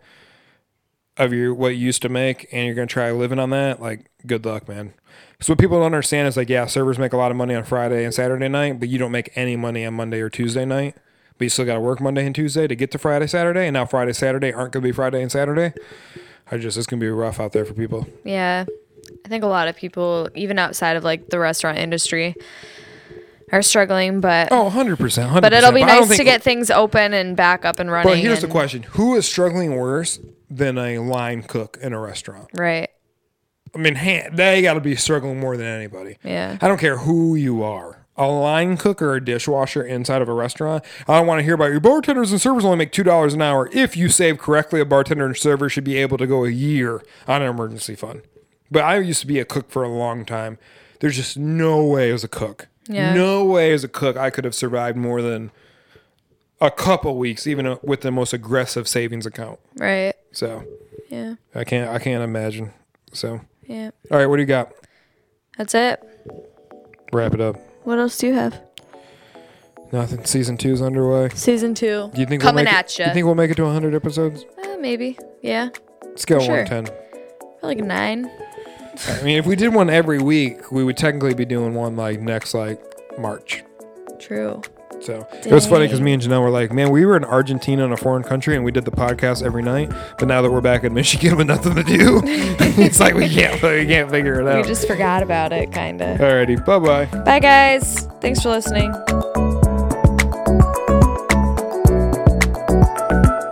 Speaker 1: of your what you used to make and you're going to try living on that, like good luck, man. Because what people don't understand is like, yeah, servers make a lot of money on Friday and Saturday night, but you don't make any money on Monday or Tuesday night. But you still got to work Monday and Tuesday to get to Friday, Saturday, and now Friday, Saturday aren't going to be Friday and Saturday. I just it's going to be rough out there for people.
Speaker 2: Yeah. I think a lot of people, even outside of like the restaurant industry, are struggling, but
Speaker 1: Oh, 100%. 100%.
Speaker 2: but it'll be
Speaker 1: I don't
Speaker 2: nice to
Speaker 1: think-
Speaker 2: get things open and back up and running.
Speaker 1: But here's the
Speaker 2: and-
Speaker 1: question: Who is struggling worse than a line cook in a restaurant?
Speaker 2: Right.
Speaker 1: I mean, ha- they got to be struggling more than anybody.
Speaker 2: Yeah.
Speaker 1: I don't care who you are. A line cook or a dishwasher inside of a restaurant. I don't want to hear about your bartenders and servers only make two dollars an hour. If you save correctly, a bartender and server should be able to go a year on an emergency fund. But I used to be a cook for a long time. There's just no way as a cook.
Speaker 2: Yeah.
Speaker 1: No way as a cook I could have survived more than a couple weeks, even uh, with the most aggressive savings account.
Speaker 2: Right.
Speaker 1: So
Speaker 2: Yeah.
Speaker 1: I can't I can't imagine. So
Speaker 2: Yeah.
Speaker 1: all right, what do you got?
Speaker 2: That's it.
Speaker 1: Wrap it up.
Speaker 2: What else do you have?
Speaker 1: Nothing. Season two's underway.
Speaker 2: Season two.
Speaker 1: Do you think we'll
Speaker 2: Coming
Speaker 1: make
Speaker 2: at
Speaker 1: it,
Speaker 2: ya.
Speaker 1: You think we'll make it to 100 episodes?
Speaker 2: Uh, maybe. Yeah.
Speaker 1: Scale
Speaker 2: Sure.
Speaker 1: 110.
Speaker 2: Probably like a nine.
Speaker 1: I mean, if we did one every week, we would technically be doing one like next like March.
Speaker 2: True.
Speaker 1: So it was funny because
Speaker 2: Dang.
Speaker 1: me and Janelle were like, man, we were in Argentina in a foreign country and we did the podcast every night. But now that we're back in Michigan with nothing to do, <laughs> it's like we can't we can't figure it
Speaker 2: We
Speaker 1: out.
Speaker 2: just forgot about it, kind of.
Speaker 1: Alrighty, bye bye.
Speaker 2: Bye, guys. Thanks for listening.